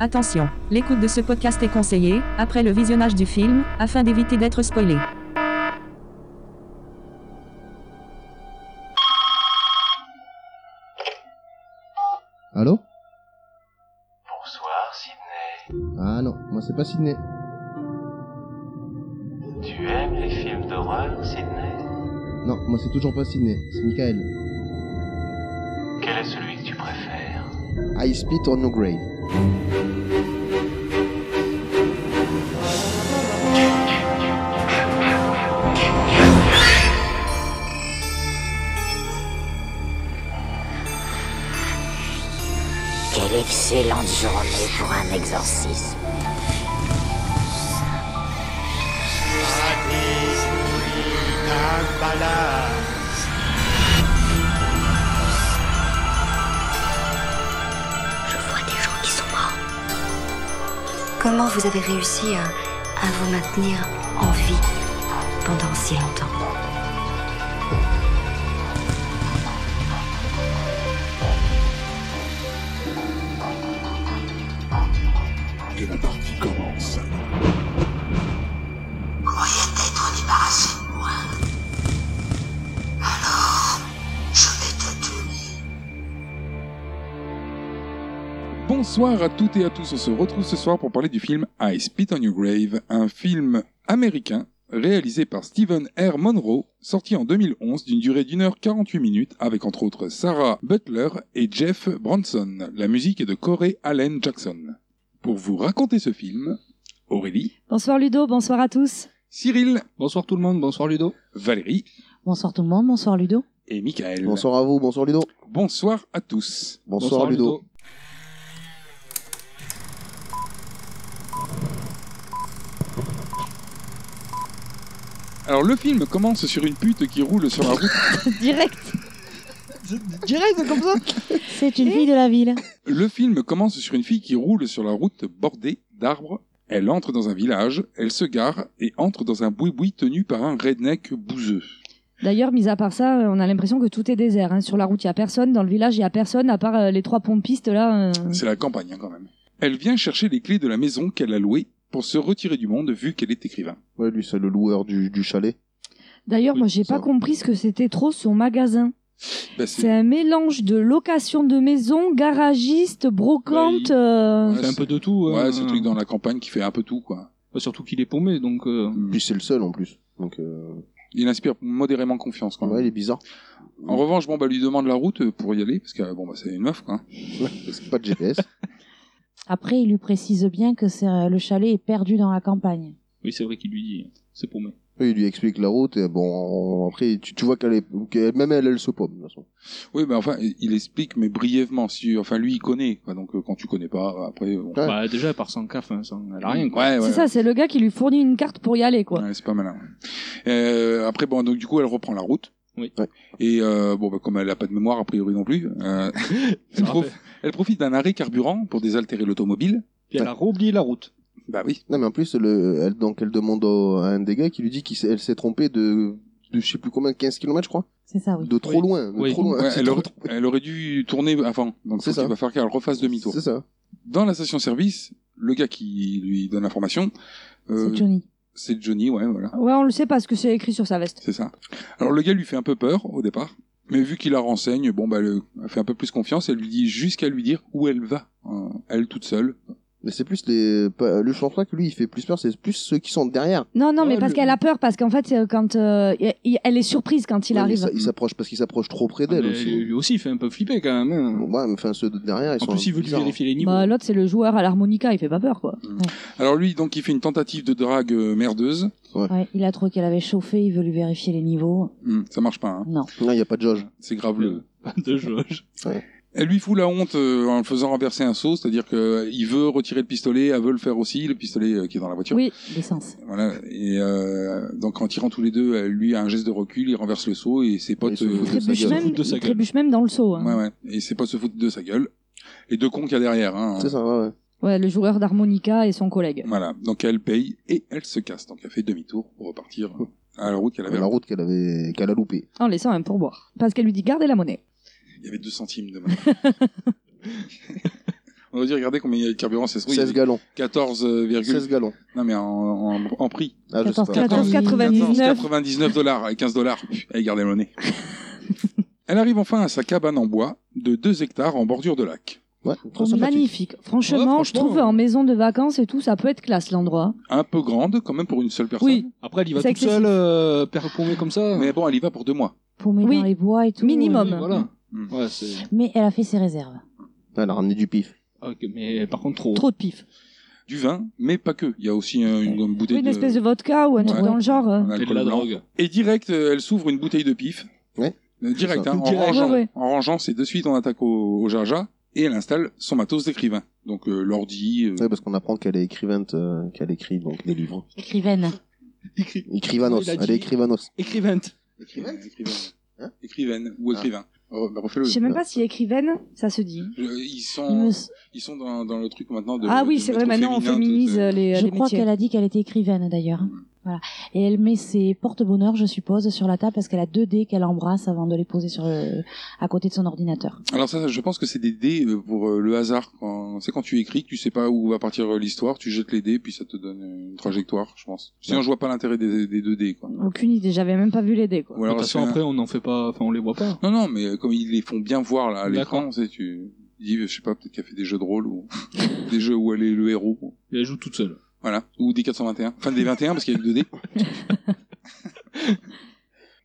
Attention, l'écoute de ce podcast est conseillée, après le visionnage du film, afin d'éviter d'être spoilé. Allô Bonsoir Sydney. Ah non, moi c'est pas Sydney. Tu aimes les films d'horreur, Sydney Non, moi c'est toujours pas Sydney, c'est Michael. Quel est celui que tu préfères I spit on your grave. Quelle excellente journée pour un exorcisme. Je vois des gens qui sont morts. Comment vous avez réussi à, à vous maintenir en vie pendant si longtemps Et la partie commence. Croyez t'être débarrassé de moi. Alors, je vais te tuer. Bonsoir à toutes et à tous, on se retrouve ce soir pour parler du film I Spit on Your Grave, un film américain réalisé par Stephen R. Monroe, sorti en 2011 d'une durée d'une heure 48 minutes avec entre autres Sarah Butler et Jeff Bronson. La musique est de Corey Allen Jackson. Pour vous raconter ce film, Aurélie, Bonsoir Ludo, bonsoir à tous. Cyril, Bonsoir tout le monde, bonsoir Ludo. Valérie Bonsoir tout le monde, bonsoir Ludo. et Michael. Bonsoir à vous, bonsoir Ludo. Bonsoir à tous. Bonsoir, Ludo. Alors le film commence sur une pute qui roule sur la route. Direct, Direct comme ça c'est une fille de la ville. Le film commence sur une fille qui roule sur la route bordée d'arbres. Elle entre dans un village, elle se gare et entre dans un boui-boui tenu par un redneck bouseux. D'ailleurs, mis à part ça, euh, on a l'impression que tout est désert. hein. Sur la route, il y a personne. Dans le village, il y a personne, à part euh, les trois pompistes là. euh. C'est la campagne hein, quand même. Elle vient chercher les clés de la maison qu'elle a louée pour se retirer du monde vu qu'elle est écrivain. Ouais, lui c'est le loueur du, du chalet. D'ailleurs, Oui, moi, j'ai ça pas va. compris ce que c'était trop son magasin. Bah, C'est un mélange de location de maison, garagiste, brocante. euh, Ouais, C'est un peu de tout. Ouais, hein. c'est le truc dans la campagne qui fait un peu tout, quoi. Bah, Surtout qu'il est paumé, donc... euh, Puis c'est le seul en plus. Donc euh, Il inspire modérément confiance, quand même. Ah ouais, il est bizarre. En revanche, bon, bah, lui demande la route pour y aller, parce que, bon, bah, c'est une meuf, quoi. C'est pas de GPS. Après, il lui précise bien que c'est- le chalet est perdu dans la campagne. Oui, c'est vrai qu'il lui dit, c'est paumé. il lui explique la route. Et bon, après tu, tu vois qu'elle est, qu'elle- même elle, elle se paume de toute façon. Oui, mais enfin, il explique, mais brièvement. Si, enfin, lui, il connaît, quoi. Donc, euh, quand tu connais pas, après, bon. Ouais. Bah, déjà, elle part sans CAF, hein, sans... elle a rien, quoi. Ouais, ouais, C'est ça, c'est le gars qui lui fournit une carte pour y aller, quoi. Ouais, c'est pas malin. Euh, après, bon, donc, du coup, elle reprend la route. Oui. Ouais. Et, euh, bon, bah, comme elle a pas de mémoire, a priori non plus, euh, elle, Ah, prof- elle profite d'un arrêt carburant pour désaltérer l'automobile. Puis elle a oublié la route. Bah oui. Non mais en plus le, elle, donc elle demande au- à un des gars qui lui dit qu'elle s'est trompée de, de je sais plus combien 15 km je crois. C'est ça, oui. De Oui. trop loin. De Oui. trop loin. Ouais, C'est elle, trop- aurait, elle aurait dû tourner avant. Donc, C'est c'est ça. ça. Il va falloir qu'elle refasse demi-tour. C'est ça. Dans la station-service, le gars qui lui donne l'information, euh, C'est Johnny. c'est Johnny, ouais, voilà, Ouais, on le sait parce que c'est écrit sur sa veste. c'est ça. Alors le gars lui fait un peu peur au départ, mais vu qu'il la renseigne, bon bah elle, elle fait un peu plus confiance, elle lui dit jusqu'à lui dire où elle va, euh, elle toute seule. Mais c'est plus les. pas- Le chanteur que lui, il fait plus peur, c'est plus ceux qui sont derrière. Non, non, Ouais, mais parce le- qu'elle a peur, parce qu'en fait, euh, quand euh, y- y- elle est surprise quand il Ouais, mais arrive. ça- Il s'approche parce qu'il s'approche trop près d'elle Ah, Mais aussi. Lui aussi, il fait un peu flipper, quand même. hein. Bon, ouais, mais enfin, ceux de derrière, ils en sont. plus, il veut lui bizarres. hein. vérifier les niveaux. Bah, l'autre, c'est le joueur à l'harmonica, il fait pas peur, quoi. Alors lui donc il fait une tentative de drague euh, merdeuse, Ouais, il a trouvé qu'elle avait chauffé, il veut lui vérifier les niveaux. Hum, ça marche pas, hein. Non. Non, il n'y a pas de jauge. c'est grave le. Le- Pas de jauge. Elle lui fout la honte euh, en le faisant renverser un seau, c'est-à-dire que euh, il veut retirer le pistolet, elle veut le faire aussi, le pistolet euh, qui est dans la voiture. Oui. L'essence. Voilà. Et euh, donc en tirant tous les deux, elle- lui a un geste de recul, il renverse le seau et ses Ils potes. se euh, foutent de sa Trébuche gueule. même, de sa il gueule. trébuche même dans le seau. hein. Ouais, ouais. Et c'est pas se foutre de sa gueule. Et deux cons qu'il y a derrière. Hein. C'est ça, ouais, ouais. Ouais, le joueur d'harmonica et son collègue. Voilà. Donc elle paye et elle se casse. Donc elle fait demi-tour pour repartir à la route Ah, bah qu'elle avait. La route qu'elle avait, qu'elle a loupée. En laissant un pourboire. Parce qu'elle lui dit gardez la monnaie. Il y avait deux centimes de monnaie. On va dire, regardez combien il y a de carburant, c'est 16 gallons. 14, euh, virgule- 16 gallons. Non, mais en, en, en prix. Ah, je sais 14, pas. 14,99. 99 dollars, 15 dollars. Allez, gardez le nez. Elle arrive enfin à sa cabane en bois de 2 hectares en bordure de lac. Ouais, Oh, Magnifique. Franchement, Ouais, franchement, je trouve euh, en maison de vacances et tout, ça peut être classe l'endroit. Un peu grande, quand même, pour une seule personne. Oui, Après, elle y va C'est toute excessif. seule, euh, perpoumée comme ça. Mais bon, elle y va pour deux mois. Pour mettre Oui. dans les bois et tout. Minimum. Oui, voilà. Mm. Ouais, c'est. Ah, Mais elle a fait ses réserves. Elle a ramené du pif. Ok, mais par contre, trop. Trop de pif. Du vin, mais pas que. Il y a aussi un- une, une bouteille Oui, une de... espèce de vodka ou un truc Ouais. dans le genre. euh. un Et de alcool la blanc. drogue. Et direct, euh, elle s'ouvre une bouteille de pif. Ouais. Euh, Direct, C'est ça. hein, en, Direct. rangeant, Ouais, ouais. en rangeant, c'est de suite on attaque au, au Jaja et elle installe son matos d'écrivain. Donc euh, l'ordi, euh, Ouais, parce qu'on apprend qu'elle est écrivaine, euh, qu'elle écrit donc des livres. Écrivaine. Écri- Écrivanos, Il a elle dit- est écrivanos. Écrivente. écrivaine, Hein écrivaine ou Ah. écrivain. Oh, bah, refais-le. Je sais même pas si écrivaine, ça se dit. Je- Ils Il me sont, s- ils sont dans, dans le truc maintenant de. ah de oui, c'est vrai, mettre au maintenant on féminin, féminise tout, euh, euh, les, Je les crois métiers. qu'elle a dit qu'elle était écrivaine d'ailleurs. Voilà. Et elle met ses porte-bonheurs, je suppose, sur la table parce qu'elle a deux dés qu'elle embrasse avant de les poser sur le... à côté de son ordinateur. Alors ça, je pense que c'est des dés euh, pour euh, le hasard. Quand... C'est quand tu écris que tu sais pas où va partir euh, l'histoire, tu jettes les dés puis ça te donne une trajectoire, je pense. Sinon, je vois pas l'intérêt des, des deux dés. Quoi. Aucune idée, j'avais même pas vu les dés. Quoi. Ou De toute alors, c'est façon, un- après, on n'en fait pas. Enfin, on les voit pas. Non, non, mais euh, comme ils les font bien voir là, à l'écran, D'accord. tu sais, tu dis, je sais pas, peut-être qu'elle fait des jeux de rôle ou des jeux où elle est le héros. Elle joue toute seule. Voilà. Ou des 421. Enfin, des 21 parce qu'il y a le 2D.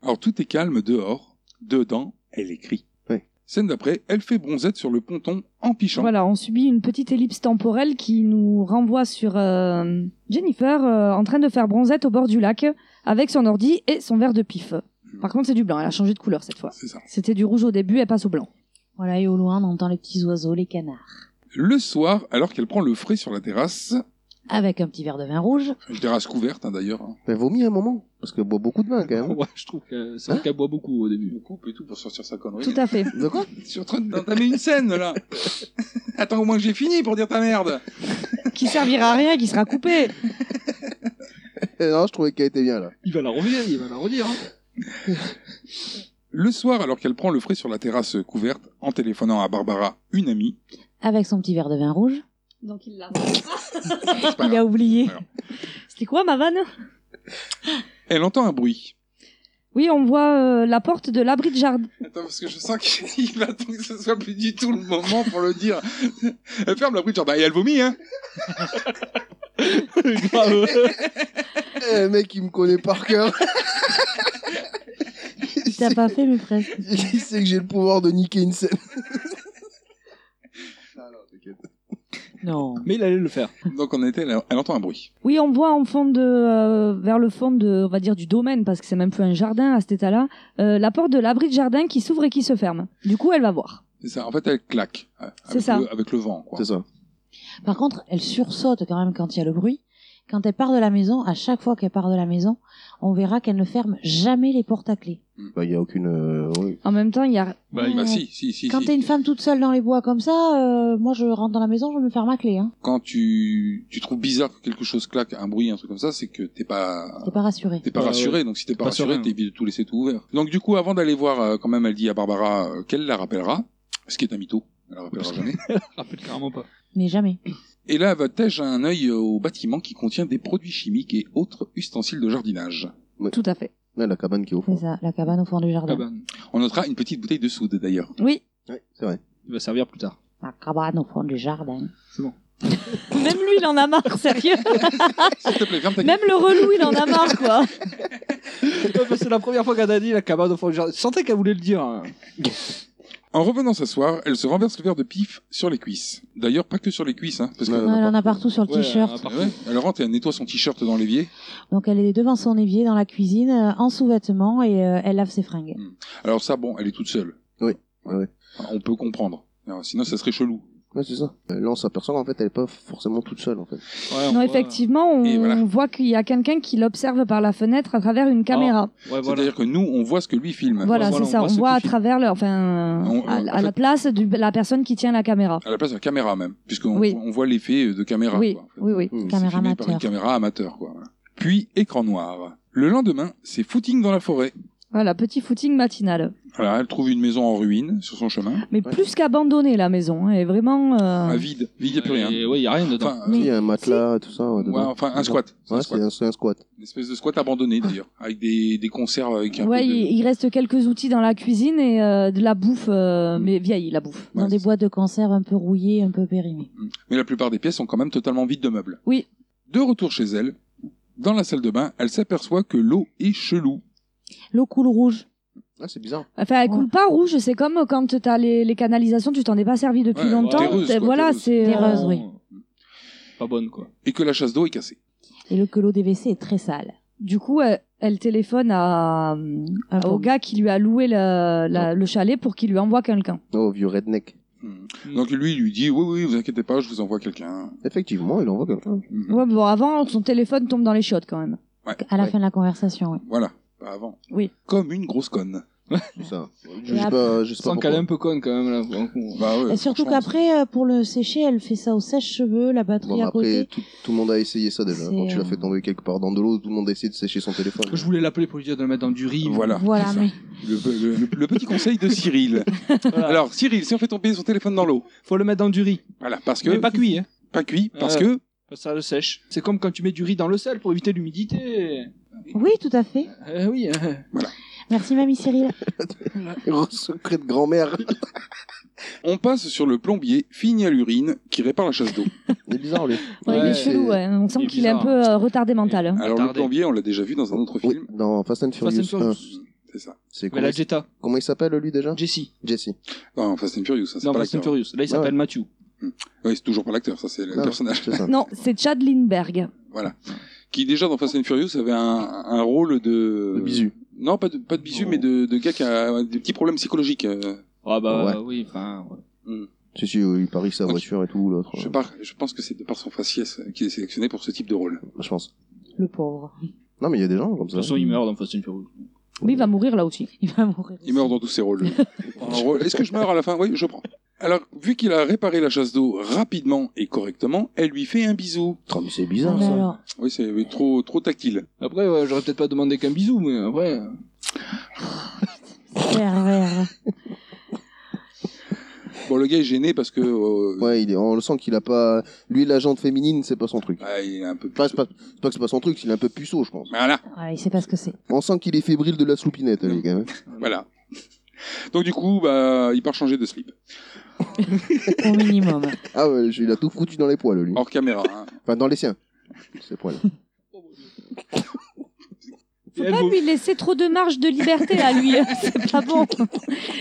Alors, tout est calme dehors. Dedans, elle écrit. Oui. Scène d'après, elle fait bronzette sur le ponton en pichant. Voilà, on subit une petite ellipse temporelle qui nous renvoie sur euh, Jennifer euh, en train de faire bronzette au bord du lac avec son ordi et son verre de pif. Par contre, c'est du blanc, elle a changé de couleur cette fois. C'est ça. C'était du rouge au début, elle passe au blanc. Voilà, et au loin, on entend les petits oiseaux, les canards. Le soir, alors qu'elle prend le frais sur la terrasse, Avec un petit verre de vin rouge. une terrasse couverte hein, d'ailleurs, hein, Elle vomit un moment, parce qu'elle boit beaucoup de vin quand même. Ouais, je trouve que c'est Hein vrai qu'elle boit beaucoup au début. coupe et tout pour sortir sa connerie. Tout à fait. De quoi Je suis en train d'entamer une scène là. Attends au moins que j'ai fini pour dire ta merde. qui servira à rien, qui sera coupé. Euh, Non, je trouvais qu'elle était bien là. Il va la redire, il va la redire. hein. Le soir, alors qu'elle prend le frais sur la terrasse couverte, en téléphonant à Barbara, une amie, Avec son petit verre de vin rouge. Donc il l'a. c'est pas Il a grave, oublié. Alors. C'était quoi ma vanne elle entend un bruit. Oui, on voit euh, la porte de l'abri de jardin. Attends, parce que je sens qu'il attend que ce soit plus du tout le moment pour le dire. Elle ferme la bruit de jardin et elle vomit, hein. Grave. Eh, le mec, il me connaît par cœur. il, T'as sait, pas fait, mais presque. il sait que j'ai le pouvoir de niquer une scène. Non. Mais il allait le faire. Donc on était, elle, elle entend un bruit. Oui, on voit en fond de, euh, vers le fond de, on va dire du domaine parce que c'est même plus un jardin à cet état-là, euh, la porte de l'abri de jardin qui s'ouvre et qui se ferme. Du coup, elle va voir. C'est ça. En fait, elle claque. euh, C'est avec ça. Le, avec le vent, quoi. C'est ça. Par contre, elle sursaute quand même quand il y a le bruit. Quand elle part de la maison, à chaque fois qu'elle part de la maison, on verra qu'elle ne ferme jamais les portes à clé. Bah, il y a aucune. euh, oui. En même temps, il y a Bah, Ouais. si, si, si. Quand si. t'es une femme toute seule dans les bois comme ça, euh, moi je rentre dans la maison, je me ferme à clé. Hein. Quand tu, tu trouves bizarre que quelque chose claque, un bruit, un truc comme ça, c'est que t'es pas, T'es pas rassurée. T'es pas Ouais, rassuré, ouais. donc si t'es pas, Pas rassuré, serein. t'es évité de tout laisser tout ouvert. Donc du coup, avant d'aller voir, euh, quand même, elle dit à Barbara euh, qu'elle la rappellera, ce qui est un mytho, elle la rappellera jamais. Rappelle carrément pas. Mais jamais. Et là, va-t-elle un œil euh, au bâtiment qui contient des produits chimiques et autres ustensiles de jardinage. tout à fait. Ouais, la cabane qui est au C'est fond. ça, la cabane au fond du jardin. Cabane. On notera une petite bouteille de soude, d'ailleurs. Oui, Ouais, c'est vrai. Il va servir plus tard. La cabane au fond du jardin. même lui, il en a marre, sérieux. S'il te plaît, ferme ta gueule. Même le relou, il en a marre, quoi. c'est la première fois qu'elle a dit la cabane au fond du jardin. Je sentais qu'elle voulait le dire. hein. En revenant s'asseoir, elle se renverse le verre de pif sur les cuisses. D'ailleurs, pas que sur les cuisses, hein, parce que... Ouais, Ouais, elle en a partout sur le Ouais, euh, t-shirt. à part- Ouais, elle rentre et elle nettoie son t-shirt dans l'évier. Donc elle est devant son évier dans la cuisine, euh, en sous-vêtements et euh, elle lave ses fringues. Alors ça, bon, elle est toute seule. Oui, ouais, ouais. On peut comprendre. Alors, sinon, ça serait chelou. Ouais, c'est ça. Euh, Là, on s'aperçoit qu'en fait, elle est pas forcément toute seule en fait. Ouais, on Non, voit- effectivement, on Et voilà. voit qu'il y a quelqu'un qui l'observe par la fenêtre à travers une caméra. Ah, Ouais, Bah, voilà. C'est-à-dire que nous, on voit ce que lui filme. Voilà, Voilà, c'est on ça. voit On ceux voit qui à filment. travers, le, enfin, On- à, en à la place de la personne qui tient la caméra. à la place de la caméra même, puisqu'on Oui. on voit l'effet de caméra. Oui, quoi, en fait. Oh, oui, oui. Hmm. C'est Caméra filmé par une amateur. caméra amateur. Quoi. voilà. Puis écran noir. Le lendemain, c'est footing dans la forêt. Voilà, petit footing matinal. Voilà, elle trouve une maison en ruine sur son chemin, Mais Ouais. plus qu'abandonner la maison, hein, et vraiment. euh, à vide, vide, il n'y a plus rien. Et ouais, il n'y a rien dedans. Enfin, Il y a un matelas, tout ça. Ouais, ouais, dedans. enfin, un squat. C'est un Ouais, squat. c'est un, c'est un squat. Une espèce de squat abandonné d'ailleurs, avec des, des conserves avec un ouais, peu de- il, il reste quelques outils dans la cuisine et euh, de la bouffe, euh, mais vieillie la bouffe. Ouais, Dans des c'est- Mm. boîtes de conserve un peu rouillées, un peu périmées. Mais la plupart des pièces sont quand même totalement vides de meubles. Oui. De retour chez elle, dans la salle de bain, elle s'aperçoit que l'eau est chelou. L'eau coule rouge. Ah, c'est bizarre. Enfin, elle coule pas rouge, c'est comme quand t'as les, les canalisations, tu t'en es pas servi depuis Ouais, longtemps. ben terreuse, quoi, t'es- Ben voilà, terreuse. c'est. euh, Terreuse. Heureuse, oui. Pas bonne, quoi. et que la chasse d'eau est cassée. Et le, que l'eau des WC est très sale. Du coup, elle, elle téléphone à, Ah Un au peu- gars qui lui a loué la- la- le chalet pour qu'il lui envoie quelqu'un. Oh, vieux redneck. Mm. Donc lui, il lui dit Oui, oui, vous inquiétez pas, je vous envoie quelqu'un. Effectivement, il envoie quelqu'un. Mm. Mhm. Ouais, mais bon, avant, son téléphone tombe dans les chiottes quand même. À la Ouais. fin de la conversation, ouais. Voilà, pas avant. Oui. Comme une grosse conne. Tout ça. Je Et sais après- pas, je sais pas Sans qu'elle est pourquoi. un peu conne quand même là. pour un coup. Bah ouais, Et surtout franchement, qu'après, euh, pour le sécher, elle fait ça au sèche-cheveux, la batterie Bon, mais à après, côté. tout, tout le monde a essayé ça déjà. hein. C'est, Quand tu l'as euh, fait tomber quelque part dans de l'eau, tout le monde a essayé de sécher son téléphone. Je voulais l'appeler pour lui dire de le mettre dans du riz. mais- Voilà. Voilà, c'est ça. mais Le, le- le petit conseil de Cyril. Voilà. Alors, Cyril, si on fait tomber son téléphone dans l'eau, faut le mettre dans du riz. voilà, parce que. Mais pas cuit, hein. Pas cuit, parce Euh. que. Parce que Ça le sèche. C'est comme quand tu mets du riz dans le sel pour éviter l'humidité. oui, tout à fait. Eh oui. euh. Merci, mamie Cyril. Gros secret de grand-mère. On passe sur le plombier, fini à l'urine, qui répare la chasse d'eau. C'est bizarre, lui. Ouais, il Ouais, est chelou, c'est- ouais. On il sent est qu'il est un bizarre. peu euh, retardé mental. hein. Alors, le Attardé. plombier, on l'a déjà vu dans un autre Oui, film. dans Fast and Furious Fast and Furious. 1. C'est ça. C'est Mais comment, la il- Jetta. comment il s'appelle, lui, déjà Jessie. Jesse. Non, Fast and Furious, ça, c'est Non, pas Fast and l'acteur. Furious. Là, il s'appelle Mathieu. Oui, c'est toujours pas l'acteur, ça, c'est le Non, personnage. C'est ça. Non, c'est Chad Lindbergh. Voilà. Qui déjà dans Fast and Furious avait un, un rôle de... Le bisu. Non, pas de, pas de bisu, Oh. mais de, de gars qui a des petits problèmes psychologiques. euh. Ah bah Ouais. oui, enfin. ouais. Si, si, euh, il parie sa Ok. voiture et tout, l'autre. Je, euh, par- je pense que c'est de par son faciès euh, qu'il est sélectionné pour ce type de rôle. Je pense. Le pauvre. Non, mais il y a des gens comme De toute ça. façon, il meurt dans Fast and Furious. Oui, il va mourir là aussi. Il va mourir. Il meurt dans tous ses rôles. En rôle, Est-ce que je meurs à la fin Oui, je prends. Alors, vu qu'il a réparé la chasse d'eau rapidement et correctement, elle lui fait un bisou. Oh, mais c'est Ah, bizarre, mais ça. alors, Oui, c'est oui, trop, trop tactile. Après, ouais, j'aurais peut-être pas demandé qu'un bisou, mais après. euh, pervers. Bon, le gars est gêné parce que... euh, Ouais, il est, on le sent qu'il a pas. Lui, la jante féminine, c'est pas son truc. ah, il est un peu... Enfin, c'est pas, c'est pas que c'est pas son truc, c'est qu'il est un peu puceau, je pense. Voilà. Ouais, il sait pas ce que c'est. On sent qu'il est fébrile de la soupinette, lui, quand même. Voilà. Donc du coup, bah, il part changer de slip. Au minimum. Ah ouais, je- il a tout foutu dans les poils, lui. Hors caméra. hein. Enfin, dans les siens. Ses poils. Faut Et elle pas vaut- lui laisser trop de marge de liberté à lui. hein. c'est pas bon.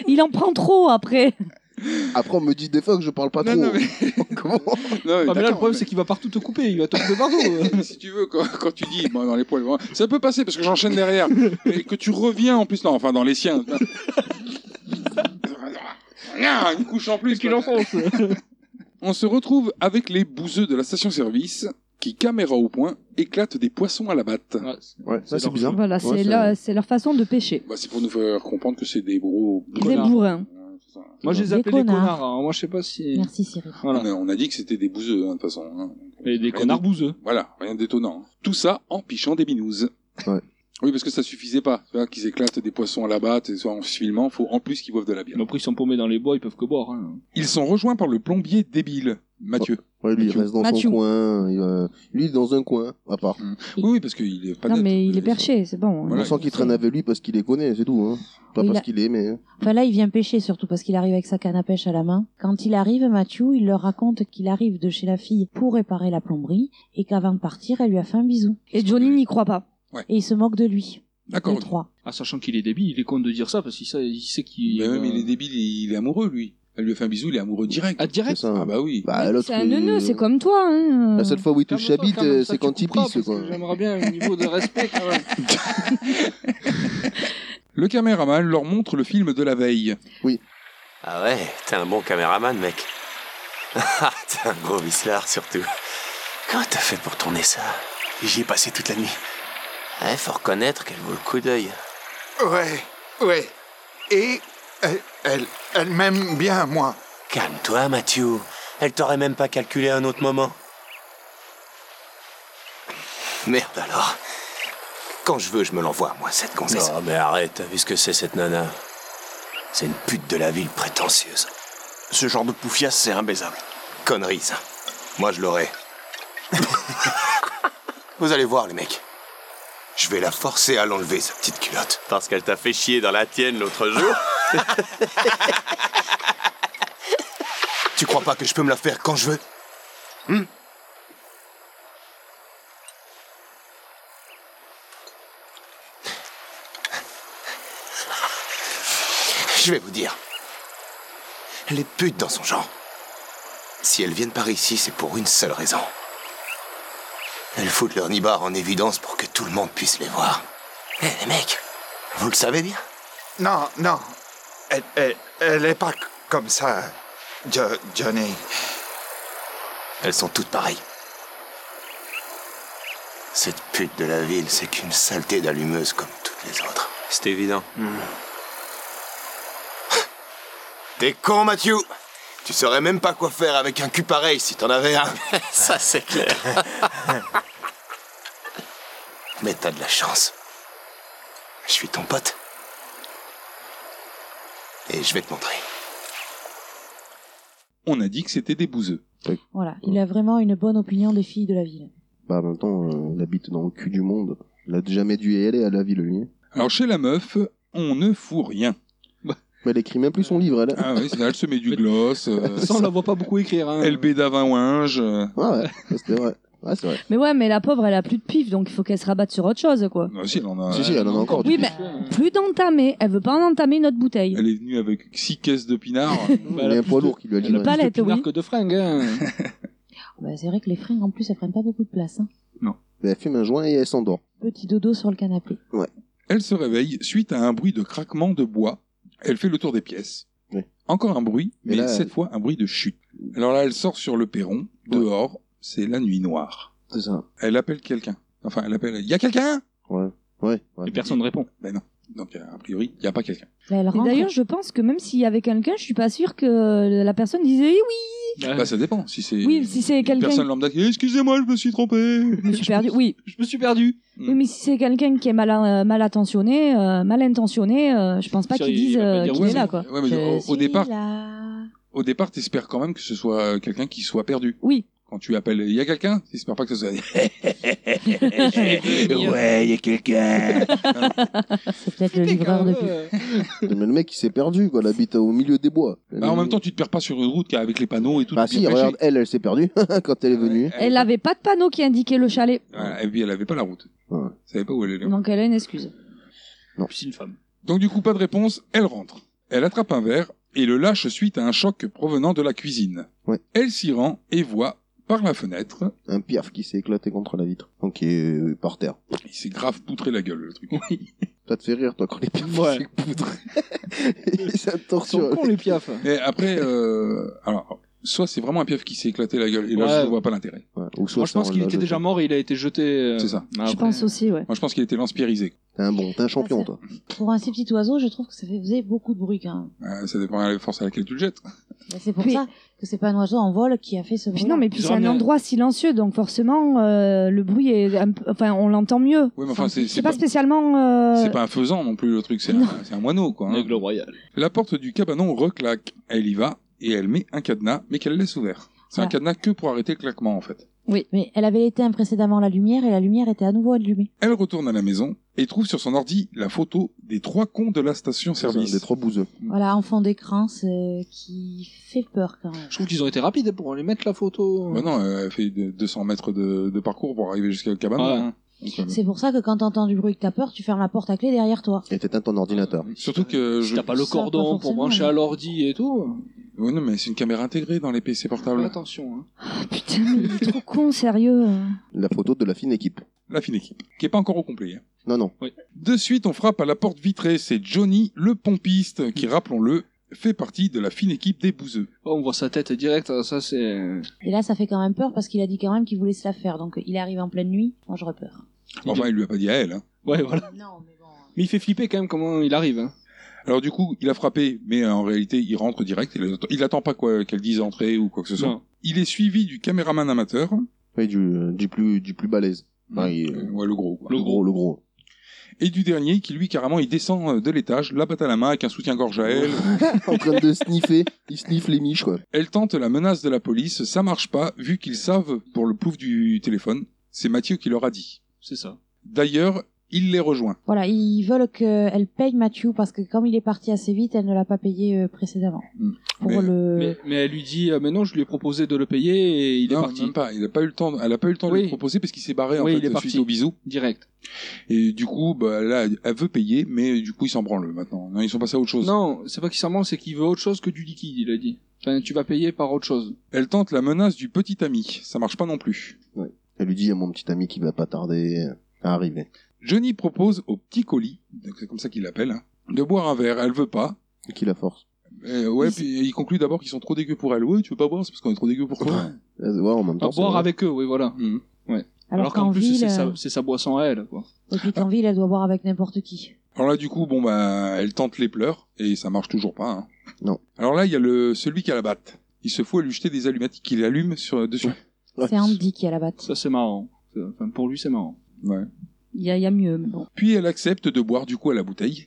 Il en prend trop après. Après, on me dit des fois que je parle pas Non, trop. non, mais- Comment Non, Ah, mais mais là, le d'accord, problème, mais- c'est qu'il va partout te couper. Il va te couper partout. euh. si tu veux, quand, quand tu dis moi, dans les poils, moi, ça peut passer parce que j'enchaîne derrière, et que tu reviens en plus, non, enfin dans les siens. Ah, une couche en plus. qu'il quoi. enfonce. On se retrouve avec les bouseux de la station-service qui, caméra au point, éclatent des poissons à la batte. Ouais, Ouais, C'est ça, c'est leur bizarre. Voilà, Ouais, c'est leur, c'est leur façon de pêcher. Bah, c'est pour nous faire comprendre que c'est des gros. Des Connard. bourrins. Ouais, c'est ça. Moi, je les Des appelais des connards. connards. hein. Moi, je sais pas si. Merci Cyril. Voilà. On a- on a dit que c'était des bouseux, hein, de toute façon. hein. Et des connards bouseux. Voilà, rien d'étonnant. Tout ça en pichant des binouses. Ouais. Oui, parce que ça suffisait pas. Tu vois, qu'ils éclatent des poissons à la batte, et soit en se filmant, faut en plus qu'ils boivent de la bière. Mais Après, ils sont paumés dans les bois, ils peuvent que boire. hein. Ils sont rejoints par le plombier débile, Mathieu. Ouais, lui, il Mathieu. reste dans Mathieu. son coin. il, euh, Lui, il est dans un coin, à part. Oui, oui, parce qu'il est pas Non, net. mais il est perché, c'est bon. hein. Voilà. on sent qu'il traîne avec lui parce qu'il les connaît, c'est tout. Hein. Pas Oui, parce là- qu'il hein. est, mais. Enfin là, il vient pêcher surtout parce qu'il arrive avec sa canne à pêche à la main. Quand il arrive, Mathieu, il leur raconte qu'il arrive de chez la fille pour réparer la plomberie et qu'avant de partir, elle lui a fait un bisou. Et Johnny n'y croit pas. Et il se moque de lui. D'accord. Les trois. Ah, sachant qu'il est débile, il est con de dire ça parce qu'il sait, il sait qu'il. Mais même, hein. euh, il est débile, il est amoureux, lui. Elle lui a fait un bisou, il est amoureux direct. Ah, C'est direct. ça. Ah bah oui. Bah, l'autre, c'est un euh, neuneu, c'est comme toi. hein. La seule fois où il touche sa Calme-toi, bite, calme, euh, ça, tu c'est quand il couperas, pisse, parce quoi. que J'aimerais bien un niveau de respect quand même. Le caméraman leur montre le film de la veille. Ah ouais, t'es un bon caméraman, mec. Ah, t'es un gros vislard, surtout. Comment t'as fait pour tourner ça J'y ai passé toute la nuit. Ouais, faut reconnaître qu'elle vaut le coup d'œil. Ouais, ouais. Et elle, elle, elle m'aime bien, moi. Calme-toi, Mathieu. Elle t'aurait même pas calculé un autre moment. Merde alors. Quand je veux, je me l'envoie, moi, cette gonzesse. Non, mais arrête, t'as vu ce que c'est, cette nana C'est une pute de la ville prétentieuse. Ce genre de poufias, c'est imbaisable. Connerie, ça. Moi, je l'aurai. Vous allez voir, les mecs. Je vais la forcer à l'enlever, sa petite culotte. Parce qu'elle t'a fait chier dans la tienne l'autre jour Tu crois pas que je peux me la faire quand je veux Hmm Je vais vous dire. Les putes dans son genre. Si elles viennent par ici, c'est pour une seule raison. Elles foutent leur nibar en évidence pour que tout le monde puisse les voir. Eh, les mecs, vous le savez bien Non, non. Elle, elle, elle est pas c- comme ça, Jo- Johnny. Elles sont toutes pareilles. Cette pute de la ville, c'est qu'une saleté d'allumeuse comme toutes les autres. Hmm. C'est évident. T'es con, Mathieu Tu saurais même pas quoi faire avec un cul pareil si t'en avais un. Ça, c'est clair. Mais t'as de la chance. Je suis ton pote. Et je vais te montrer. On a dit que c'était des bouseux. Voilà, il a vraiment une bonne opinion des filles de la ville. Bah, maintenant, euh, il habite dans le cul du monde. Il a jamais dû y aller à la ville, lui. hein. Alors chez la meuf, on ne fout rien. Mais elle écrit même plus son livre, elle. Ah oui, c'est- elle se met du gloss. euh, Ça, on la voit pas beaucoup écrire. hein. LB d'Avinwinge. euh. Ah ouais, c'est vrai. Ouais, c'est vrai. Mais ouais, mais la pauvre, elle a plus de pif, donc il faut qu'elle se rabatte sur autre chose, quoi. Ah, si, elle en a, Si, si, elle en a encore Bah, Oui, mais plus d'entamer. Elle veut pas en entamer une autre bouteille. Elle est venue avec six caisses de pinard. Il y a un poids lourd qui lui a dit. Une palette, oui. que de fringues, hein. Bah, c'est vrai que les fringues, en plus, elles prennent pas beaucoup de place. hein. Elle fume un joint et elle s'endort. Petit dodo sur le canapé. Elle se réveille suite à un bruit de craquement de bois. Elle fait le tour des pièces. Ouais. Encore un bruit, Mais mais là, cette elle- fois un bruit de chute. Alors là, elle sort sur le perron. Ah. Dehors, c'est la nuit noire. C'est ça. Elle appelle quelqu'un. Enfin, elle appelle. Il y a quelqu'un Ouais. Ouais. ouais. Et personne ne répond. Ben non. Donc, a priori, il n'y a pas quelqu'un. Là, elle Et rentre. d'ailleurs, je pense que même s'il y avait quelqu'un, je suis pas sûre que la personne disait Eh oui, Bah, ça dépend. Si c'est. oui, si c'est une quelqu'un. Personne lambda qui dit, Excusez-moi, je me suis trompé. Je me suis perdu. Oui. Je me suis perdu. Oui, mais si c'est quelqu'un qui est mal, euh, mal attentionné, euh, mal intentionné, euh, je pense pas Sûr, qu'ils il- il disent va pas euh, dire qu'il oui, est mais- là, quoi. Euh, Ouais, mais Je au- au, suis départ, Euh, là. au départ, t'espères quand même que ce soit quelqu'un qui soit perdu. Oui. Quand tu appelles, il y a quelqu'un, t'espères pas que ce soit. Ouais, il y a quelqu'un. C'est peut-être le livreur de bus. Mais le mec, il s'est perdu, quoi. Elle habite au milieu des bois. Bah, en même temps, tu te perds pas sur une route qui a- avec les panneaux et tout. Bah bien si, caché. regarde, elle, elle s'est perdue quand elle est venue. Elle avait pas de panneau qui indiquait le chalet, Voilà, et puis elle avait pas la route. Ouais. Elle savait pas où elle allait. donc elle a une excuse. Puis c'est une femme. Donc du coup, pas de réponse, elle rentre. Elle attrape un verre et le lâche suite à un choc provenant de la cuisine. Ouais. Elle s'y rend et voit par la fenêtre, Un pierre qui s'est éclaté contre la vitre. Donc qui est euh, par terre. il s'est grave poutré la gueule le truc. Ça te fait rire, toi, quand les pierres Ouais. s'est poutré. Et ça te Ils sont torture. cons, les piafs. Mais après, euh, alors soit c'est vraiment un piaf qui s'est éclaté la gueule et là Ouais. je ne vois pas l'intérêt. Ouais, Ou soit Moi, je ça, pense on qu'il l'a était jeté. déjà mort et il a été jeté. euh, C'est ça. Je après. pense aussi, ouais. Moi je pense qu'il était lanspierrisé. T'es un bon, t'es un champion, Ah, toi. Pour un si petit oiseau, je trouve que ça faisait beaucoup de bruit quand même. Euh, ça dépend de la force à laquelle tu le jettes. Mais c'est pour Puis- ça que c'est pas un oiseau en vol qui a fait ce bruit. Puis non, mais puis Ils c'est un auraient- endroit silencieux, donc forcément euh, le bruit est, un peu- enfin, on l'entend mieux. Oui, mais enfin c'est C'est c'est pas pas, spécialement. euh, c'est pas un faisant non plus le truc, c'est un, c'est un moineau quoi. hein. Aigle royal. La porte du cabanon reclaque. Elle y va et elle met un cadenas, mais qu'elle laisse ouvert. C'est un Ah. cadenas que pour arrêter le claquement en fait. Mais elle avait éteint précédemment la lumière et la lumière était à nouveau allumée. Elle retourne à la maison et trouve sur son ordi la photo des trois cons de la station-service. Des trois bouseux. Voilà, en fond d'écran, c'est- qui fait peur quand même. Je trouve qu'ils ont été rapides pour aller mettre la photo. Bah non, elle fait de- 200 mètres de, de parcours pour arriver jusqu'à la cabane. Ouais. hein. Donc, euh, C'est pour ça que quand t'entends du bruit et que t'as peur, tu fermes la porte à clé derrière toi. Et t'éteins ton ordinateur. Surtout que Si je... t'as pas le Ça, pas cordon pour forcément, brancher mais- à l'ordi et tout, Ouais, non, mais c'est une caméra intégrée dans les PC fais portables. attention. hein. Ah, putain, mais il est trop con, sérieux. La photo de la fine équipe. La fine équipe, qui est pas encore au complet. hein. Non, non. De suite, on frappe à la porte vitrée. C'est Johnny, le pompiste, qui, rappelons-le, fait partie de la fine équipe des bouseux. Oh, on voit sa tête directe, ça c'est. Et là, ça fait quand même peur parce qu'il a dit quand même qu'il voulait se la faire. Donc il arrive en pleine nuit, moi j'aurais peur. Enfin, il lui a pas dit à elle. hein. Ouais, voilà. Non, mais bon. Mais il fait flipper quand même comment il arrive. Hein. Alors du coup, il a frappé, mais euh, en réalité, il rentre direct. Il attend, il attend pas quoi qu'elle dise entrer ou quoi que ce soit. Non. Il est suivi du caméraman amateur. Ouais, du, du plus, du plus balèze. Ouais, il- Euh, ouais, le gros. Quoi. le gros, le gros. et du dernier qui lui carrément il descend euh, de l'étage, la batte à la main avec un soutien-gorge à elle. en train de sniffer. Il sniffe les miches, quoi. Elle tente la menace de la police, ça marche pas vu qu'ils savent pour le plouf du téléphone, c'est Mathieu qui leur a dit. C'est ça. D'ailleurs, il les rejoint. Voilà, ils veulent qu'elle paye Mathieu parce que comme il est parti assez vite, elle ne l'a pas payé euh, précédemment. Pour Mais- Euh. le... Mais, mais elle lui dit, euh, mais non, je lui ai proposé de le payer et il Non, est parti. même pas. Il a pas eu le temps. Elle a pas eu le temps de Oui. lui proposer parce qu'il s'est barré en Oui, fait il est suite parti. au bisou. Direct. Et du coup, bah, là, elle veut payer, mais du coup, ils s'en branlent maintenant. Non, ils sont passés à autre chose. Non, c'est pas qu'il s'en branle, c'est qu'il veut autre chose que du liquide, il a dit. Enfin, tu vas payer par autre chose. Elle tente la menace du petit ami. Ça marche pas non plus. Elle lui dit, il y a mon petit ami qui va pas tarder à arriver. Johnny propose au petit colis, donc c'est comme ça qu'il l'appelle, hein, de boire un verre. Elle veut pas. Et qui la force. Euh, ouais, puis il conclut d'abord qu'ils sont trop dégueux pour elle. Ouais, tu veux pas boire, c'est parce qu'on est trop dégueux pour toi. Euh, ouais, en même À temps, c'est boire vrai. avec eux, oui, voilà. Mm. Ouais. Alors Alors, qu'en qu'en plus, ville, c'est euh, sa, c'est sa boisson à elle, quoi. Et puis en ville, elle doit boire avec n'importe qui. Alors là, du coup, bon, bah, elle tente les pleurs et ça marche toujours pas. hein. Non. Alors là, il y a le celui qui a la batte. Il se fout à lui jeter des allumettes qu'il allume sur dessus. Bah, C'est Andy qui a la batte. Ça, c'est marrant. Enfin, pour lui, c'est marrant. Ouais. Il y, a- il y a mieux, mais bon. Puis elle accepte de boire du coup à la bouteille.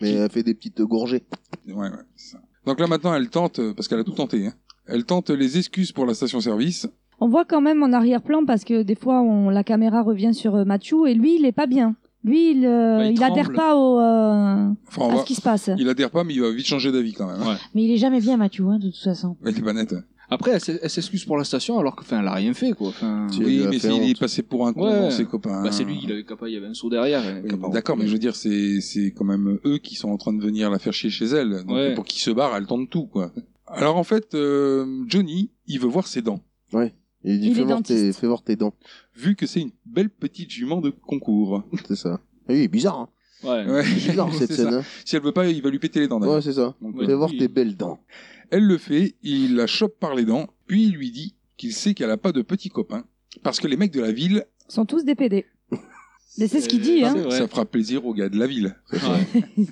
Mais elle fait des petites gorgées. Ouais, ouais, c'est ça. Donc là maintenant, elle tente, euh, parce qu'elle a tout tenté, hein, elle tente les excuses pour la station-service. On voit quand même en arrière-plan parce que des fois on, la caméra revient sur euh, Mathieu et lui il est pas bien. Lui il, euh, Bah, il il tremble. adhère pas au, euh, Enfin, on à Ah, va- ce qui se passe. Il adhère pas, mais il va vite changer d'avis quand même. hein. Mais il est jamais bien, Mathieu, hein, de toute façon. Il est pas net. Après, elle s'est- elle s'excuse pour la station alors que, enfin, elle a rien fait, quoi. Enfin, Tu- Il Oui, lui a mais fait il est honte. passé pour un con, Ouais. dans ses copains. bah, c'est lui, il avait capable, il y avait un saut derrière. elle Oui, avait capable. D'accord, mais je veux dire, c'est c'est quand même eux qui sont en train de venir la faire chier chez elle. Donc Ouais. pour qu'ils se barrent, elle tente tout, quoi. Alors en fait, euh, Johnny, il veut voir ses dents, Et il dit, Il fais est voir, tes, dentiste. fais voir tes dents. vu que c'est une belle petite jument de concours. C'est ça. Et oui, bizarre, hein. Ouais. Ouais. Bizarre, cette C'est scène, ça. hein. Si elle veut pas, il va lui péter les dents. d'ailleurs. Ouais, c'est ça. Donc, Ouais. Fais voir euh, Oui. tes belles dents. Elle le fait, il la chope par les dents, puis il lui dit qu'il sait qu'elle a pas de petits copains, parce que les mecs de la ville, Ils sont tous des PD. Mais c'est ce qu'il dit, C'est hein. vrai. ça fera plaisir aux gars de la ville. Ouais.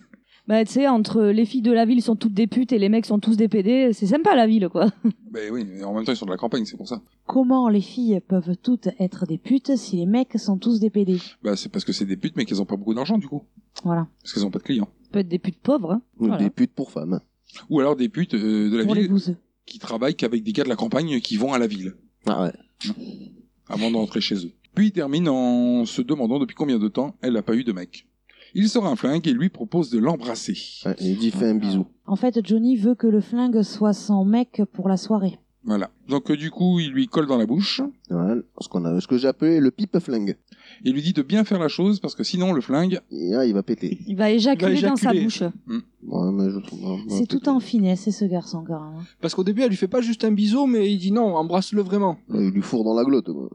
Bah tu sais entre les filles de la ville sont toutes des putes et les mecs sont tous des PD, c'est sympa la ville quoi. Ben oui, mais en même temps ils sont de la campagne, c'est pour ça. Comment les filles peuvent toutes être des putes si les mecs sont tous des PD Bah c'est parce que c'est des putes, mais qu'elles ont pas beaucoup d'argent du coup, Voilà. parce qu'elles ont pas de clients. Ça peut être des putes pauvres. Hein. Ou Voilà. Des putes pour femmes. Ou alors des putes euh, de la Pour les ville bouseux. qui travaillent qu'avec des gars de la campagne qui vont à la ville Ah ouais. avant de rentrer chez eux. Puis il termine en se demandant depuis combien de temps elle n'a pas eu de mec. Il sort un flingue et lui propose de l'embrasser. Ouais, il dit, fais un bisou. En fait, Johnny veut que le flingue soit son mec pour la soirée. Voilà. Donc euh, du coup, il lui colle dans la bouche. Voilà, ce qu'on a, ce que j'appelais le pipe flingue. Il lui dit de bien faire la chose parce que sinon le flingue. Et là, il va péter. Il va éjaculer, dans sa éjaculer. bouche. Ouais, mais je trouve- ouais, ouais, C'est tout en finesse, c'est ce garçon, quand même. hein. Parce qu'au début, elle lui fait pas juste un bisou, mais il dit non, embrasse-le vraiment. Ouais, Il lui fourre dans la glotte. quoi.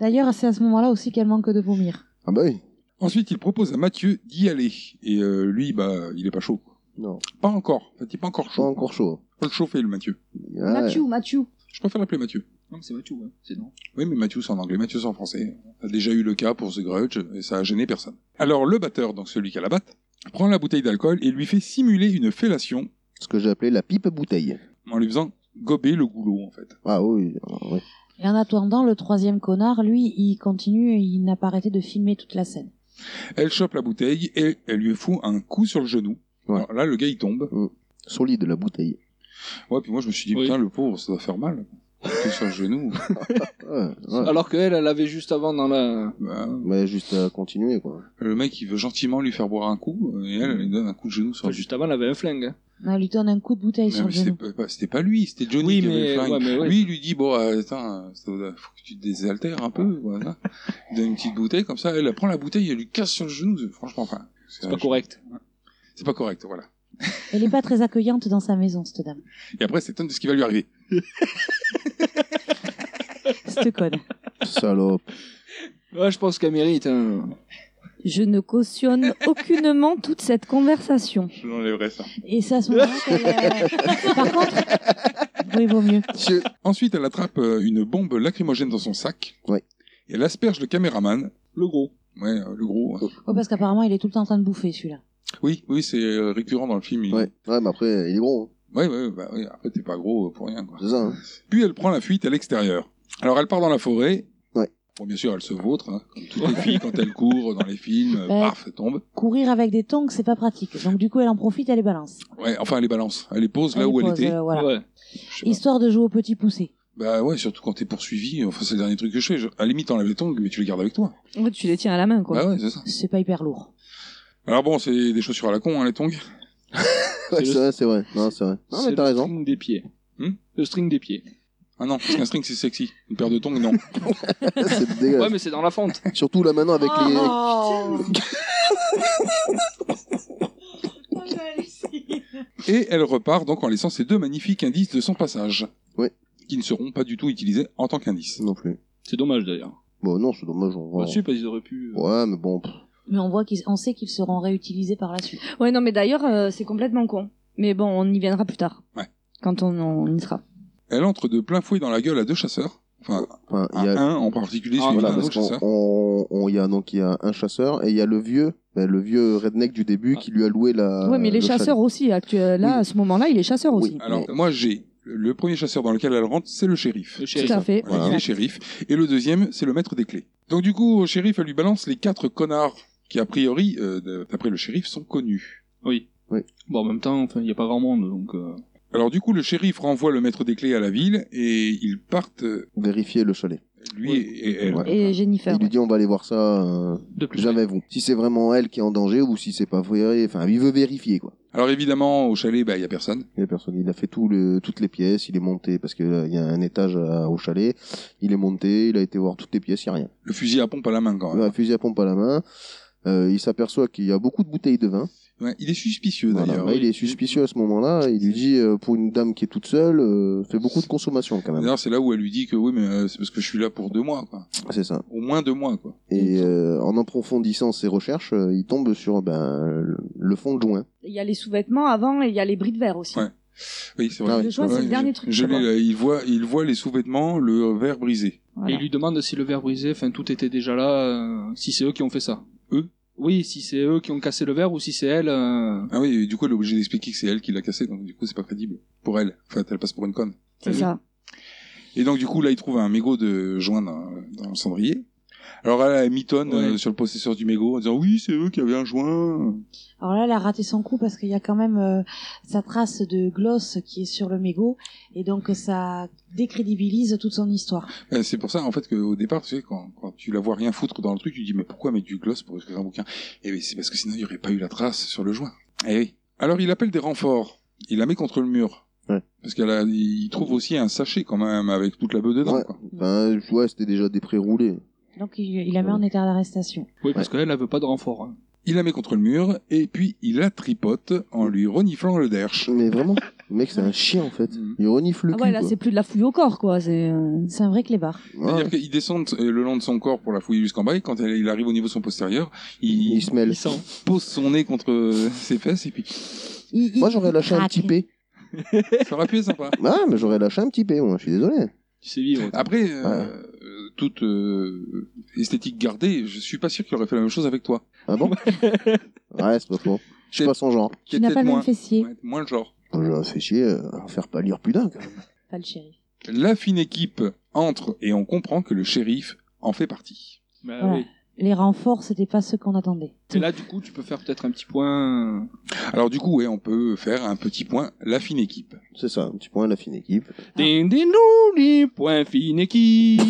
D'ailleurs, c'est à ce moment-là aussi qu'elle manque de vomir. Ah bah oui. Ensuite, il propose à Mathieu d'y aller et euh, lui, bah, il est pas chaud. Non, Pas encore. En fait, il est pas encore pas chaud. encore chaud. Faut le chauffer le Mathieu. Ah ouais. Mathieu, Mathieu. Je préfère l'appeler Mathieu. Non, mais c'est Mathieu, ouais. C'est non. Oui, mais Mathieu c'est en anglais, Mathieu c'est en français. On a déjà eu le cas pour The Grudge et ça a gêné personne. Alors le batteur, donc celui qui a la batte, prend la bouteille d'alcool et lui fait simuler une fellation Ce que j'appelais la pipe bouteille. en lui faisant gober le goulot en fait. Ah oui. ah oui. Et en attendant, le troisième connard, lui, il continue, il n'a pas arrêté de filmer toute la scène. Elle chope la bouteille et elle lui fout un coup sur le genou. Ouais. Alors là, le gars il tombe. Solide la bouteille. Ouais, puis moi je me suis dit, Oui. putain, le pauvre, ça doit faire mal. Un coup sur le genou. Ouais, ouais. Alors qu'elle, elle avait juste avant dans la. Bah, Mais juste à continuer quoi. le mec il veut gentiment lui faire boire un coup et elle, elle lui donne un coup de genou sur Enfin, le juste avant, elle avait un flingue. hein. On lui donne un coup de bouteille sur Mais le C'était genou. pas, c'était pas lui, c'était Johnny Oui, qui avait mais- le flingue. ouais, mais ouais. Lui, il lui dit Bon, euh, attends, ça doit- faut que tu te désaltères un peu. Quoi, hein. il donne une petite bouteille comme ça, elle elle prend la bouteille, elle lui casse sur le genou. c'est- Franchement, enfin, C'est pas correct. C'est pas correct, voilà. Elle n'est pas très accueillante dans sa maison, cette dame. Et après, c'est de ce qui va lui arriver. Cette conne. Salope. Ouais, je pense qu'elle mérite hein, un. Je ne cautionne aucunement toute cette conversation. Je l'enlèverai ça. Et c'est à ce moment-là qu'elle... euh, Par contre... Oui, vaut mieux. Monsieur. Ensuite, elle attrape euh, une bombe lacrymogène dans son sac. Ouais. Et elle asperge le caméraman. Le gros. Ouais, euh, le gros. hein. Ouais, parce qu'apparemment, il est tout le temps en train de bouffer, celui-là. Oui, oui, c'est euh, récurrent dans le film. il- Ouais. ouais, mais après, il est gros. hein. Ouais, ouais, bah, ouais, après, t'es pas gros euh, pour rien, quoi. C'est ça. hein. Puis elle prend la fuite à l'extérieur. Alors elle part dans la forêt. Ouais. Bon, bien sûr, elle se vautre, hein, comme toutes les filles quand elles courent dans les films, euh, Ouais. paf, elle tombe. Courir avec des tongs, c'est pas pratique. Donc du coup, elle en profite, elle les balance. Ouais, enfin, elle les balance, elle les pose Elle là les où pose, elle était. euh, voilà. Ouais. Histoire de jouer au petit poussé. Bah ouais, surtout quand t'es poursuivi, enfin, c'est le dernier truc que je fais. Je- À la limite, enlève les tongs, mais tu les gardes avec toi. En fait, tu les tiens à la main, quoi. Bah ouais, c'est ça. C'est pas hyper lourd. Alors bon, c'est des chaussures à la con, hein, les tongs. Ouais, c'est vrai, c'est vrai. Non, c'est vrai. Non, mais c'est t'as le raison. String des pieds. Hein, le string des pieds. Ah non, parce qu'un string, c'est sexy. Une paire de tongs, non. c'est dégueulasse. Ouais, mais c'est dans la fente. Surtout là maintenant avec les. Oh. Et elle repart donc en laissant ces deux magnifiques indices de son passage. Ouais. Qui ne seront pas du tout utilisés en tant qu'indices. Non plus. C'est dommage d'ailleurs. Bon, non, c'est dommage. On va... Bah, si, parce qu'ils auraient pu. Ouais, mais bon. pff. Mais on voit qu'ils, on sait qu'ils seront réutilisés par la suite. Ouais, non, mais d'ailleurs, euh, c'est complètement con. Mais bon, on y viendra plus tard. Ouais. Quand on, on y sera. Elle entre de plein fouet dans la gueule à deux chasseurs. Enfin, Enfin, il à un en particulier, celui voilà, d'un parce autre qu'on chasseur. on, on- il y a donc il y a un chasseur et il y a le vieux, ben, le vieux redneck du début Ah. qui lui a loué Euh, la. ouais, mais les le chalet. chasseurs aussi. actuel- là, à ce moment-là, il est chasseur aussi. Alors, moi, j'ai le premier chasseur dans lequel elle rentre, c'est le shérif. Le shérif. Tout à fait. Voilà, il est shérif. Et le deuxième, c'est le maître des clés. Donc, du coup, au shérif, elle lui balance les quatre connards qui, a priori, euh, de- d'après le shérif, sont connus. Oui. Bon, en même temps, enfin, il n'y a pas grand monde, donc. euh, Alors, du coup, le shérif renvoie le maître des clés à la ville et ils partent, euh, Vérifier le chalet. lui et, et elle. Et Jennifer. Il lui dit on va aller voir ça. euh, jamais vous. Si c'est vraiment elle qui est en danger ou si c'est pas vrai. Enfin, il veut vérifier quoi. Alors, évidemment, au chalet, bah, il y a personne. Il y a personne. Il a fait tout le, toutes les pièces. Il est monté parce que euh, il y a un étage à- au chalet. Il est monté. Il a été voir toutes les pièces. Il y a rien. Le fusil à pompe à la main, quand même. Il a un fusil à pompe à la main. Euh, il s'aperçoit qu'il y a beaucoup de bouteilles de vin. Ouais, il est suspicieux, Voilà, d'ailleurs. ouais, il est suspicieux à ce moment-là. Il lui dit, euh, pour une dame qui est toute seule, euh, fait beaucoup de consommation quand même. D'ailleurs, c'est là où elle lui dit que oui, mais euh, c'est parce que je suis là pour deux mois, quoi. C'est ça. Au moins deux mois, quoi. Et euh, en approfondissant ses recherches, euh, il tombe sur ben, le- le fond de joint. Il y a les sous-vêtements avant et il y a les bris de verre aussi. Ouais. Oui, c'est vrai. Ah oui. Le joint, c'est le je- dernier truc je que l'ai, je vois. là. il voit, il voit les sous-vêtements, le verre brisé. Et il lui demande si le verre brisé, enfin tout était déjà là, euh, si c'est eux qui ont fait ça. Eux Oui, si c'est eux qui ont cassé le verre ou si c'est elle. euh, Ah oui, et du coup, elle est obligée d'expliquer que c'est elle qui l'a cassé, donc du coup, c'est pas crédible pour elle. Enfin, elle passe pour une conne. C'est ça. Et donc, du coup, là, il trouve un mégot de joint dans, dans le cendrier. Alors, elle, elle mitonne euh, sur le possesseur du mégot en disant oui, c'est eux qui avaient un joint. Alors là, elle a raté son coup parce qu'il y a quand même euh, sa trace de gloss qui est sur le mégot et donc ça décrédibilise toute son histoire. Euh, C'est pour ça, en fait, qu'au départ, tu sais, quand, quand tu la vois rien foutre dans le truc, tu dis, mais pourquoi mettre du gloss pour écrire un bouquin Et c'est parce que sinon, il n'y aurait pas eu la trace sur le joint. Eh oui. Alors, il appelle des renforts. Il la met contre le mur. Parce qu'il a, il trouve aussi un sachet, quand même, avec toute la bœuf dedans, Ouais. quoi. Ben, ouais, c'était déjà des pré-roulés. Donc il, il la met en état d'arrestation. Oui, parce qu'elle, elle veut pas de renfort. hein. Il la met contre le mur, et puis il la tripote en lui reniflant le derche. Mais vraiment Le mec, c'est un chien, en fait. Mhm. Il renifle le Ah cul, ouais, là, quoi. c'est plus de la fouille au corps, quoi. C'est euh, C'est un vrai clébard. C'est-à-dire qu'ils descendent euh, le long de son corps pour la fouiller jusqu'en bas, et quand elle- il arrive au niveau de son postérieur, il, se mêle. pose son nez contre euh, ses fesses, et puis Moi, j'aurais lâché un petit P. ça aurait pu être sympa. Ah, mais j'aurais lâché un petit P, moi, je suis désolé. Tu sais vivre. Après, euh, euh, toute euh, esthétique gardée, je suis pas sûr qu'il aurait fait la même chose avec toi. Ah bon Ouais, c'est pas faux. Je suis pas son genre. Tu n'as pas le même Moins. fessier. Moins le genre. J'aurais fait chier euh, à en faire pâlir plus d'un, quand même. Pas le shérif. La fine équipe entre et on comprend que le shérif en fait partie. Voilà. Les renforts, c'était pas ce qu'on attendait. Bah Et là, du coup, tu peux faire peut-être un petit point. euh, Alors du coup, ouais, on peut faire un petit point la fine équipe. C'est ça, un petit point la fine équipe. Ding ding dong, ding, point fine équipe.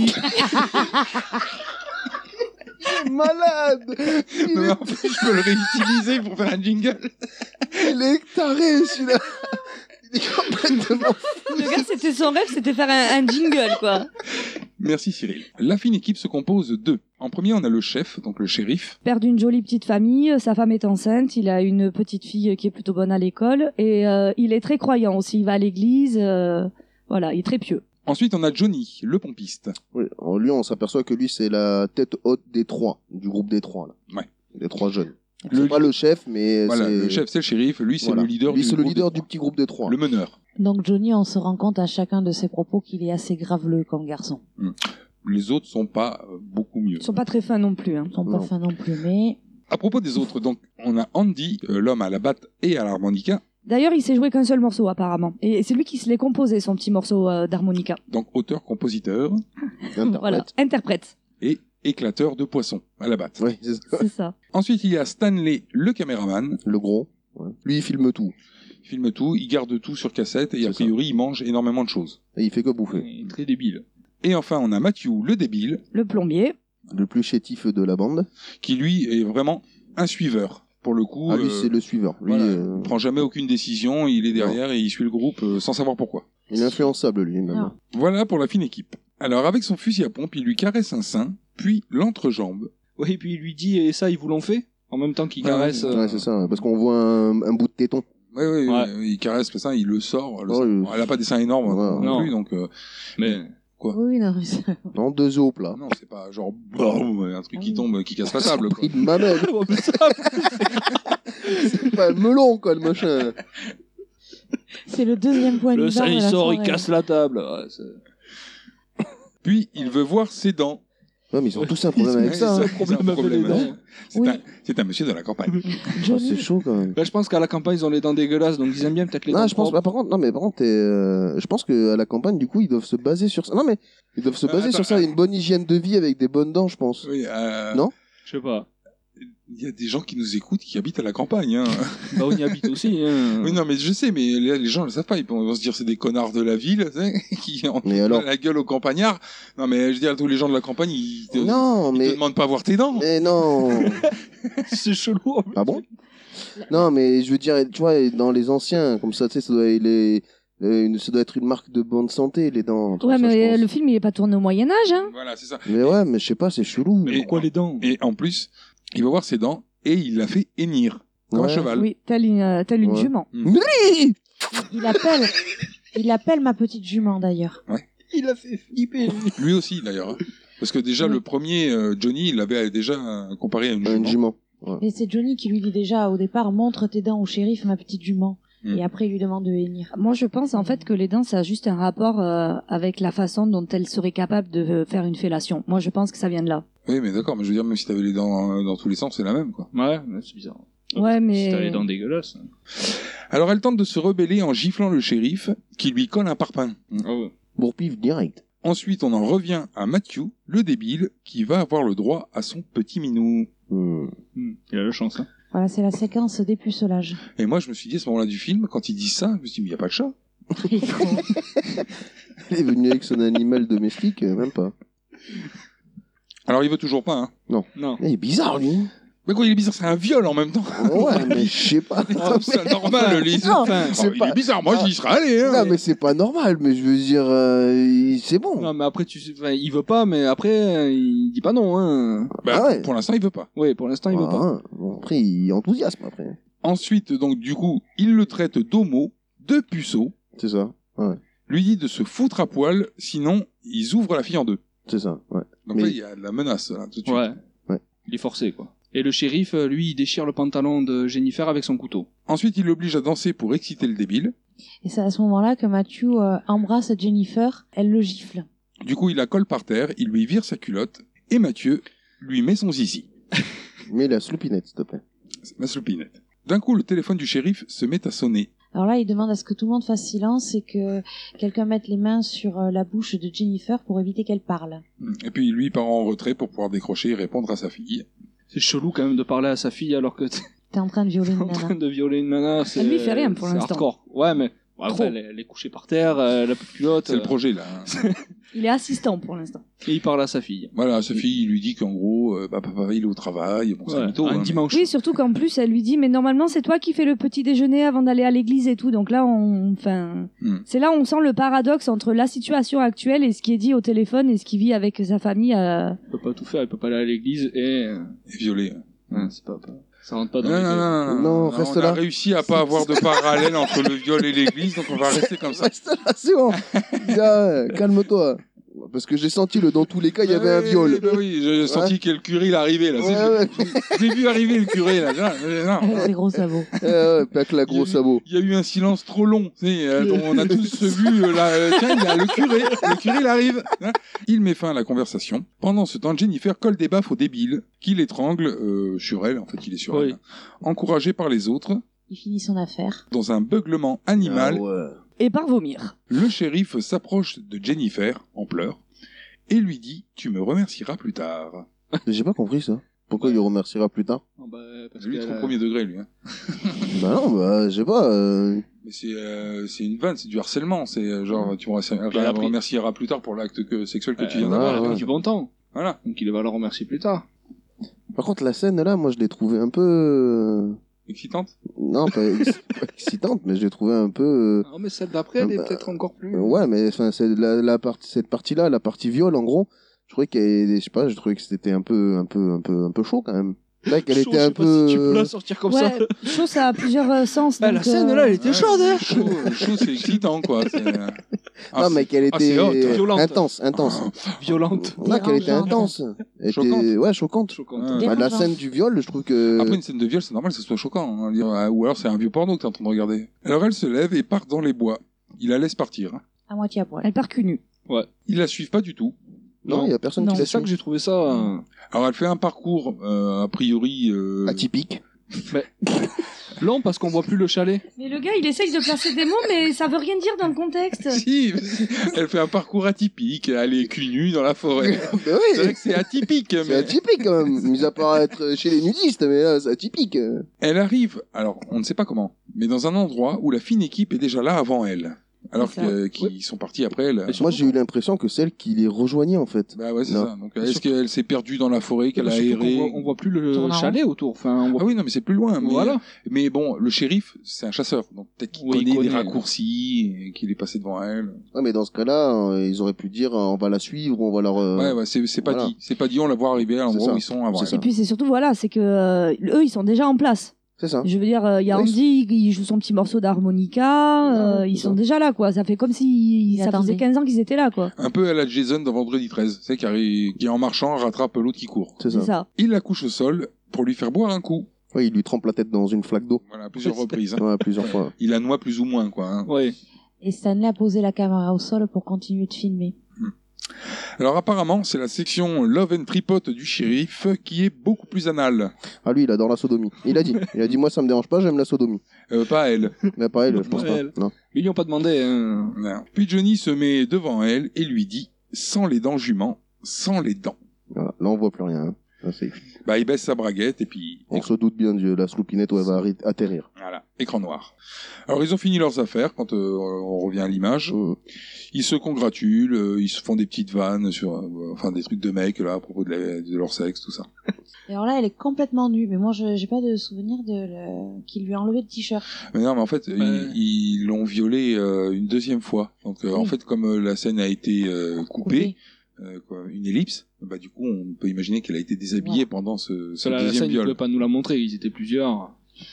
Malade Il est... je peux le réutiliser pour faire un jingle. Il est taré, celui-là Il est complètement Le gars, c'était son rêve, c'était faire un, un jingle, quoi. Merci Cyril. La fine équipe se compose d'eux. En premier, on a le chef, donc le shérif. Père d'une jolie petite famille, euh, sa femme est enceinte, il a une petite fille euh, qui est plutôt bonne à l'école et euh, il est très croyant aussi. Il va à l'église, euh, voilà, il est très pieux. Ensuite, on a Johnny, le pompiste. Oui, en lui, on s'aperçoit que lui, c'est la tête haute des trois, du groupe des trois, là. Ouais. Des trois jeunes. Le- C'est pas le chef, mais Voilà, c'est... le chef, c'est le shérif. Lui, c'est Voilà. le leader Lui, du c'est le groupe leader des du trois. petit groupe des trois. Le meneur. Donc Johnny, on se rend compte à chacun de ses propos qu'il est assez graveleux comme garçon. Les autres sont pas euh, beaucoup mieux. Ils sont pas très fins non plus. Hein. Ils sont pas Non. fins non plus, mais À propos des autres, donc, on a Andy, euh, l'homme à la batte et à l'harmonica. D'ailleurs, il sait jouer qu'un seul morceau apparemment et c'est lui qui se l'est composé son petit morceau euh, d'harmonica. Donc, auteur, compositeur. Voilà, interprète. et éclateur de poissons à la batte. Oui, c'est ça. C'est ça. Ensuite, il y a Stanley, le caméraman. Le gros. Lui, il filme tout. Il filme tout, il garde tout sur cassette et a priori, il mange énormément de choses. Et il fait que bouffer. Il est très débile. Et enfin, on a Matthew, le débile, Le plombier. Le plus chétif de la bande. qui lui est vraiment un suiveur. Pour le coup, ah, lui, euh, c'est le suiveur. Lui, voilà, euh, il prend jamais aucune décision, il est derrière et il suit le groupe euh, sans savoir pourquoi. il est influençable, lui, même. Voilà pour la fine équipe. Alors avec son fusil à pompe, il lui caresse un sein, puis l'entrejambe. Oui, et puis il lui dit, et ça, ils vous l'ont fait En même temps qu'il Ah caresse. Ouais, euh, c'est ça. Parce qu'on voit un, un bout de téton. Ouais, ouais, Ouais. euh, il caresse le sein, il le sort. le Ouais, sein. il- Bon, elle a pas des seins énormes Ouais. non Non. plus, donc. euh, mais Oui, non, mais ça- Non, deux os là. non, c'est pas genre boum, un truc qui tombe, qui casse la table. quoi. Prix de ma mère. oh, putain, c'est pas un melon, quoi, le machin. c'est le deuxième point le de sein, barre de il la sort, il soirée. casse la table. Ouais, c'est- Puis il veut voir ses dents. Ouais, mais ils ont tous un problème avec Ouais, ça. c'est hein. un problème c'est avec les dents. hein. C'est Oui. un, c'est un monsieur de la campagne. Ah, Johnny, c'est chaud, quand même. Bah, je pense qu'à la campagne, ils ont les dents dégueulasses, donc ils aiment bien peut-être les Non, dents. je pense, propres. bah, par contre, non, mais par contre, t'es, euh, je pense que à la campagne, du coup, ils doivent se baser sur ça. Non, mais ils doivent se Euh, baser attends, sur ça, une bonne hygiène de vie avec des bonnes dents, je pense. Oui, euh, Non. Je sais pas. Il y a des gens qui nous écoutent qui habitent à la campagne. hein. Bah, on y habite aussi. Mmh. hein. Oui, non, mais je sais, mais là, les gens ne le savent pas. Ils vont ils vont se dire c'est des connards de la ville tu sais, qui ont Mais alors, la gueule aux campagnards. Non, mais je veux dire, tous les gens de la campagne, ils te, non, ils te mais, demandent pas à voir tes dents. mais non. C'est chelou. Ah bon Non, mais je veux dire, tu vois, dans les anciens, comme ça, tu sais, ça doit, les, euh, une- ça doit être une marque de bonne santé, les dents. tout Ouais, ça, mais je euh, pense. le film, il est pas tourné au Moyen-Âge, hein. Voilà, c'est ça. Mais ouais, mais je sais pas, c'est chelou. Mais pourquoi les dents Et en plus, il va voir ses dents et il la fait hennir. Comme Ouais. un cheval. Oui, telle une, euh, telle une Ouais. jument. Il appelle, il appelle ma petite jument d'ailleurs. Il a fait flipper. Lui aussi, d'ailleurs. hein. Parce que déjà, Oui. le premier, euh, Johnny, il l'avait déjà euh, comparé à une Un jument. jument. Mais c'est Johnny qui lui dit déjà au départ montre tes dents au shérif, ma petite jument. Hmm. Et après, il lui demande de venir. Moi, je pense en fait que les dents, ça a juste un rapport euh, avec la façon dont elle serait capable de euh, faire une fellation. Moi, je pense que ça vient de là. Oui, mais d'accord, mais je veux dire, même si t'avais les dents euh, dans tous les sens, c'est la même, quoi. Ouais, mais c'est bizarre. Ouais, mais- Si t'as les dents dégueulasses. hein. Alors, elle tente de se rebeller en giflant le shérif, qui lui colle un parpaing. Ah ouais. Bourpif direct. Ensuite, on en revient à Matthew, le débile, qui va avoir le droit à son petit minou. Hmm. Hmm, Il a la chance. Hein. Voilà, c'est la séquence dépucelage. Et moi, je me suis dit, à ce moment-là du film, quand il dit ça, je me suis dit, mais il n'y a pas de chat. Il est venu avec son animal domestique, euh, même pas. Alors, il veut toujours pas, hein. Non. Mais il est Eh, bizarre, lui. Mais quoi, il est bizarre, c'est un viol en même temps. Ouais, mais je sais pas. Oh, c'est normal, les Non, enfin, c'est oh, pas- Ah. Il est bizarre, moi, j'y serais allé, hein. Non, mais c'est pas normal, mais je veux dire, euh, il- c'est bon. Non, mais après, tu... sais- enfin, il veut pas, mais après, euh, il dit pas non. Hein. Bah, Ah ouais. Pour l'instant, il veut pas. Ouais, pour l'instant, il veut Ah, pas. hein. Bon, après, il enthousiasme, après. Ensuite, donc, du coup, il le traite d'homo, de puceau, C'est ça, lui dit de se foutre à poil, sinon, ils ouvrent la fille en deux. c'est ça, ouais. Donc Mais- là, il y a de la menace, là, tout de suite. Ouais. Ouais. Il est forcé, quoi. Et le shérif, euh, lui, il déchire le pantalon de Jennifer avec son couteau. Ensuite, il l'oblige à danser pour exciter le débile. Et c'est à ce moment-là que Matthew euh, embrasse Jennifer. Elle le gifle. Du coup, il la colle par terre, il lui vire sa culotte, et Mathieu lui met son zizi. Mais la sloupinette, s'il te plaît. La soupinette. D'un coup, le téléphone du shérif se met à sonner. Alors là, il demande à ce que tout le monde fasse silence et que quelqu'un mette les mains sur euh, la bouche de Jennifer pour éviter qu'elle parle. Hmm. Et puis lui il part en retrait pour pouvoir décrocher et répondre à sa fille. C'est chelou quand même de parler à sa fille alors que t'es T'es en train de violer une en train nana. de violer une nana. c'est- Elle Ah, lui fait rien pour c'est l'instant. hardcore. Ouais, mais bon, Trop. après, elle, est- elle est couchée par terre, euh, elle a plus de culotte. C'est le euh, projet là. hein. Il est assistant pour l'instant. Et il parle à sa fille. voilà, sa fille il lui dit qu'en gros, euh, bah, papa il est au travail, bon c'est Ouais, un mytho. un hein, dimanche. Oui, surtout qu'en plus, elle lui dit, mais normalement, c'est toi qui fais le petit déjeuner avant d'aller à l'église et tout. Donc là, on, enfin, Hmm. c'est là où on sent le paradoxe entre la situation actuelle et ce qui est dit au téléphone et ce qu'il vit avec sa famille. euh. Elle peut pas tout faire, elle peut pas aller à l'église et. euh, mais- et violé. ouais, c'est pas, pas- Ça rentre pas dans Non, non, les non, deux. non, non, Non, non, reste on là. a réussi à pas avoir de parallèle entre le viol et l'église, donc on va rester comme ça. Reste là, c'est bon. Gars, calme-toi. Parce que j'ai senti le dans tous les cas, il y avait un Oui, viol. bah oui, j'ai senti que le curé il arrivait là. Ouais, c'est le- ouais, J'ai vu arriver le curé là. Non, non. Avec ses gros sabots. Eh ouais, ouais, pack la gros Il y a eu- sabot. Il y a eu un silence trop long. tu sais, euh, dont on a tous vu euh, la- euh, tiens, il y a le curé, le curé il arrive. hein. il met fin à la conversation. Pendant ce temps, Jennifer colle des baffes au débile, qui l'étrangle euh, sur elle. En fait, il est sur Oui. elle. hein. Encouragé par les autres, Il finit son affaire. dans un beuglement animal, Ah ouais. Et par vomir. le shérif s'approche de Jennifer en pleurs et lui dit Tu me remercieras plus tard. J'ai pas compris ça. Pourquoi il le remerciera plus tard Non, bah, parce lui, il est que, trop euh, premier degré, lui. hein. Bah non, bah, je sais pas. euh, Mais c'est euh, c'est une vanne, c'est du harcèlement. C'est euh, genre, tu me remercie- il a enfin, pris- remercieras plus tard pour l'acte que- sexuel bah, que tu viens Mmh. ouais, d'avoir. ouais. Elle a pris du du- bon temps. Voilà. Donc il va le remercier plus tard. Par contre, la scène là, moi je l'ai trouvée un peu. euh, Excitante. Non, pas, ex- pas excitante, mais je l'ai trouvée un peu. Non, mais celle d'après, elle est Bah, peut-être encore plus. euh, Ouais, mais enfin, c'est la, la partie, cette partie-là, la partie viol, en gros, je trouvais qu'elle, est- je sais pas, je trouvais que c'était un peu, un peu, un peu, un peu chaud quand même. Là, qu'elle Chaud, je était sais un pas si peu. tu peux la sortir comme ça. ouais, chaud, ça a plusieurs euh, sens. Ah, la donc, scène euh, là, elle était Ouais, chaude, hein Chaud, euh, chaud, c'est excitant, quoi. C'est- Ah, non, mais qu'elle ah, c'est était hot, violente. intense, intense. Violente. Non, qu'elle était intense. Elle était- Choquante. Ouais, choquante. Choquante. Bah, la Dérangeante. scène du viol, je trouve que. Après une scène de viol, c'est normal que ce soit choquant. hein, dire, ah, Ou alors c'est un vieux porno que t'es en train de regarder. Alors elle se lève et part dans les bois. Il la laisse partir. hein. À moitié à poil. Elle part cul nu. Ils la suivent pas du tout. non, il y a personne Non. qui C'est l'a ça que j'ai trouvé ça. Ah. Mmh. euh, Alors elle fait un parcours euh, a priori euh, Atypique. Lent parce qu'on voit plus le chalet. Mais le gars, il essaye de placer des mots, mais ça veut rien dire dans le contexte. si, elle fait un parcours atypique. Elle est cul nue dans la forêt. Bah oui. c'est vrai que c'est atypique. C'est mais- atypique quand même, mis à part être chez les nudistes, mais là c'est atypique. Elle arrive. Alors on ne sait pas comment, mais dans un endroit où la fine équipe est déjà là avant elle. Alors C'est ça. que- qu'ils sont partis après elle. Et surtout- Moi j'ai eu l'impression que celle qui les rejoignait en fait. Bah ouais, c'est Non. ça. Donc est-ce qu'elle s'est perdue dans la forêt, qu'elle a Surtout qu'on erré voit- On voit plus le Tourne en rond. chalet autour. Enfin, on voit Ah oui, non, mais c'est plus loin. Mais, Voilà. mais bon, le shérif, c'est un chasseur. Donc peut-être qu'il Oui, il connaît, des connaît. raccourcis, et qu'il est passé devant elle. Ouais, mais dans ce cas-là, euh, ils auraient pu dire euh, on va la suivre, on va leur. euh, ouais, ouais, c'est c'est pas voilà. dit. C'est pas dit, on la voit arriver à C'est l'endroit ça. où ils sont avant. C'est elle. ça. Et puis c'est surtout, voilà, c'est que euh, eux, ils sont déjà en place. C'est ça. Je veux dire, euh, il y a Hein Oui, Andy, il joue son petit morceau d'harmonica, euh, ils sont déjà là, quoi. Ça fait comme si Ils ça faisait attendaient. 15 ans qu'ils étaient là, quoi. Un peu à la Jason dans Vendredi 13, c'est qui, arrive- qui en marchant rattrape l'autre qui court. C'est ça. C'est ça. Il la couche au sol pour lui faire boire un coup. Ouais, il lui trempe la tête dans une flaque d'eau. Voilà, à plusieurs reprises. hein. Ouais, plusieurs fois. Il la noie plus ou moins, quoi. hein. Ouais. Et Stanley a posé la caméra au sol pour continuer de filmer. Alors apparemment, c'est la section Love and Tripote du shérif qui est beaucoup plus anale. Ah, lui, il adore la sodomie. Il a dit, il a dit, moi ça me dérange pas, j'aime la sodomie. Euh, pas à elle. Mais pareil, je pense Ouais, pas. elle. Non. Ils lui ont pas demandé. hein. Non. Puis Johnny se met devant elle et lui dit, sans les dents juments, sans les dents. Voilà. Là, on voit plus rien. hein. Là, c'est- Bah, il baisse sa braguette et puis On se doute bien de la sloupinette où elle va arri- atterrir. voilà, écran noir. Alors ils ont fini leurs affaires quand euh, on revient à l'image. Euh, Mmh. Ils se congratulent, euh, ils se font des petites vannes sur, euh, enfin des trucs de mecs là à propos de, la- de leur sexe, tout ça. Et alors là, elle est complètement nue, mais moi, je j'ai pas de souvenir de le- qu'il lui a enlevé le t-shirt. Mais non, mais en fait Ouais. ils- ils l'ont violée euh, une deuxième fois. Donc euh, en Oui. fait comme euh, la scène a été euh, coupée, euh, quoi, une ellipse, bah du coup on peut imaginer qu'elle a été déshabillée pendant ce, ce Cela, la deuxième scène, ils viol. pouvaient pas nous la montrer. Ils étaient plusieurs.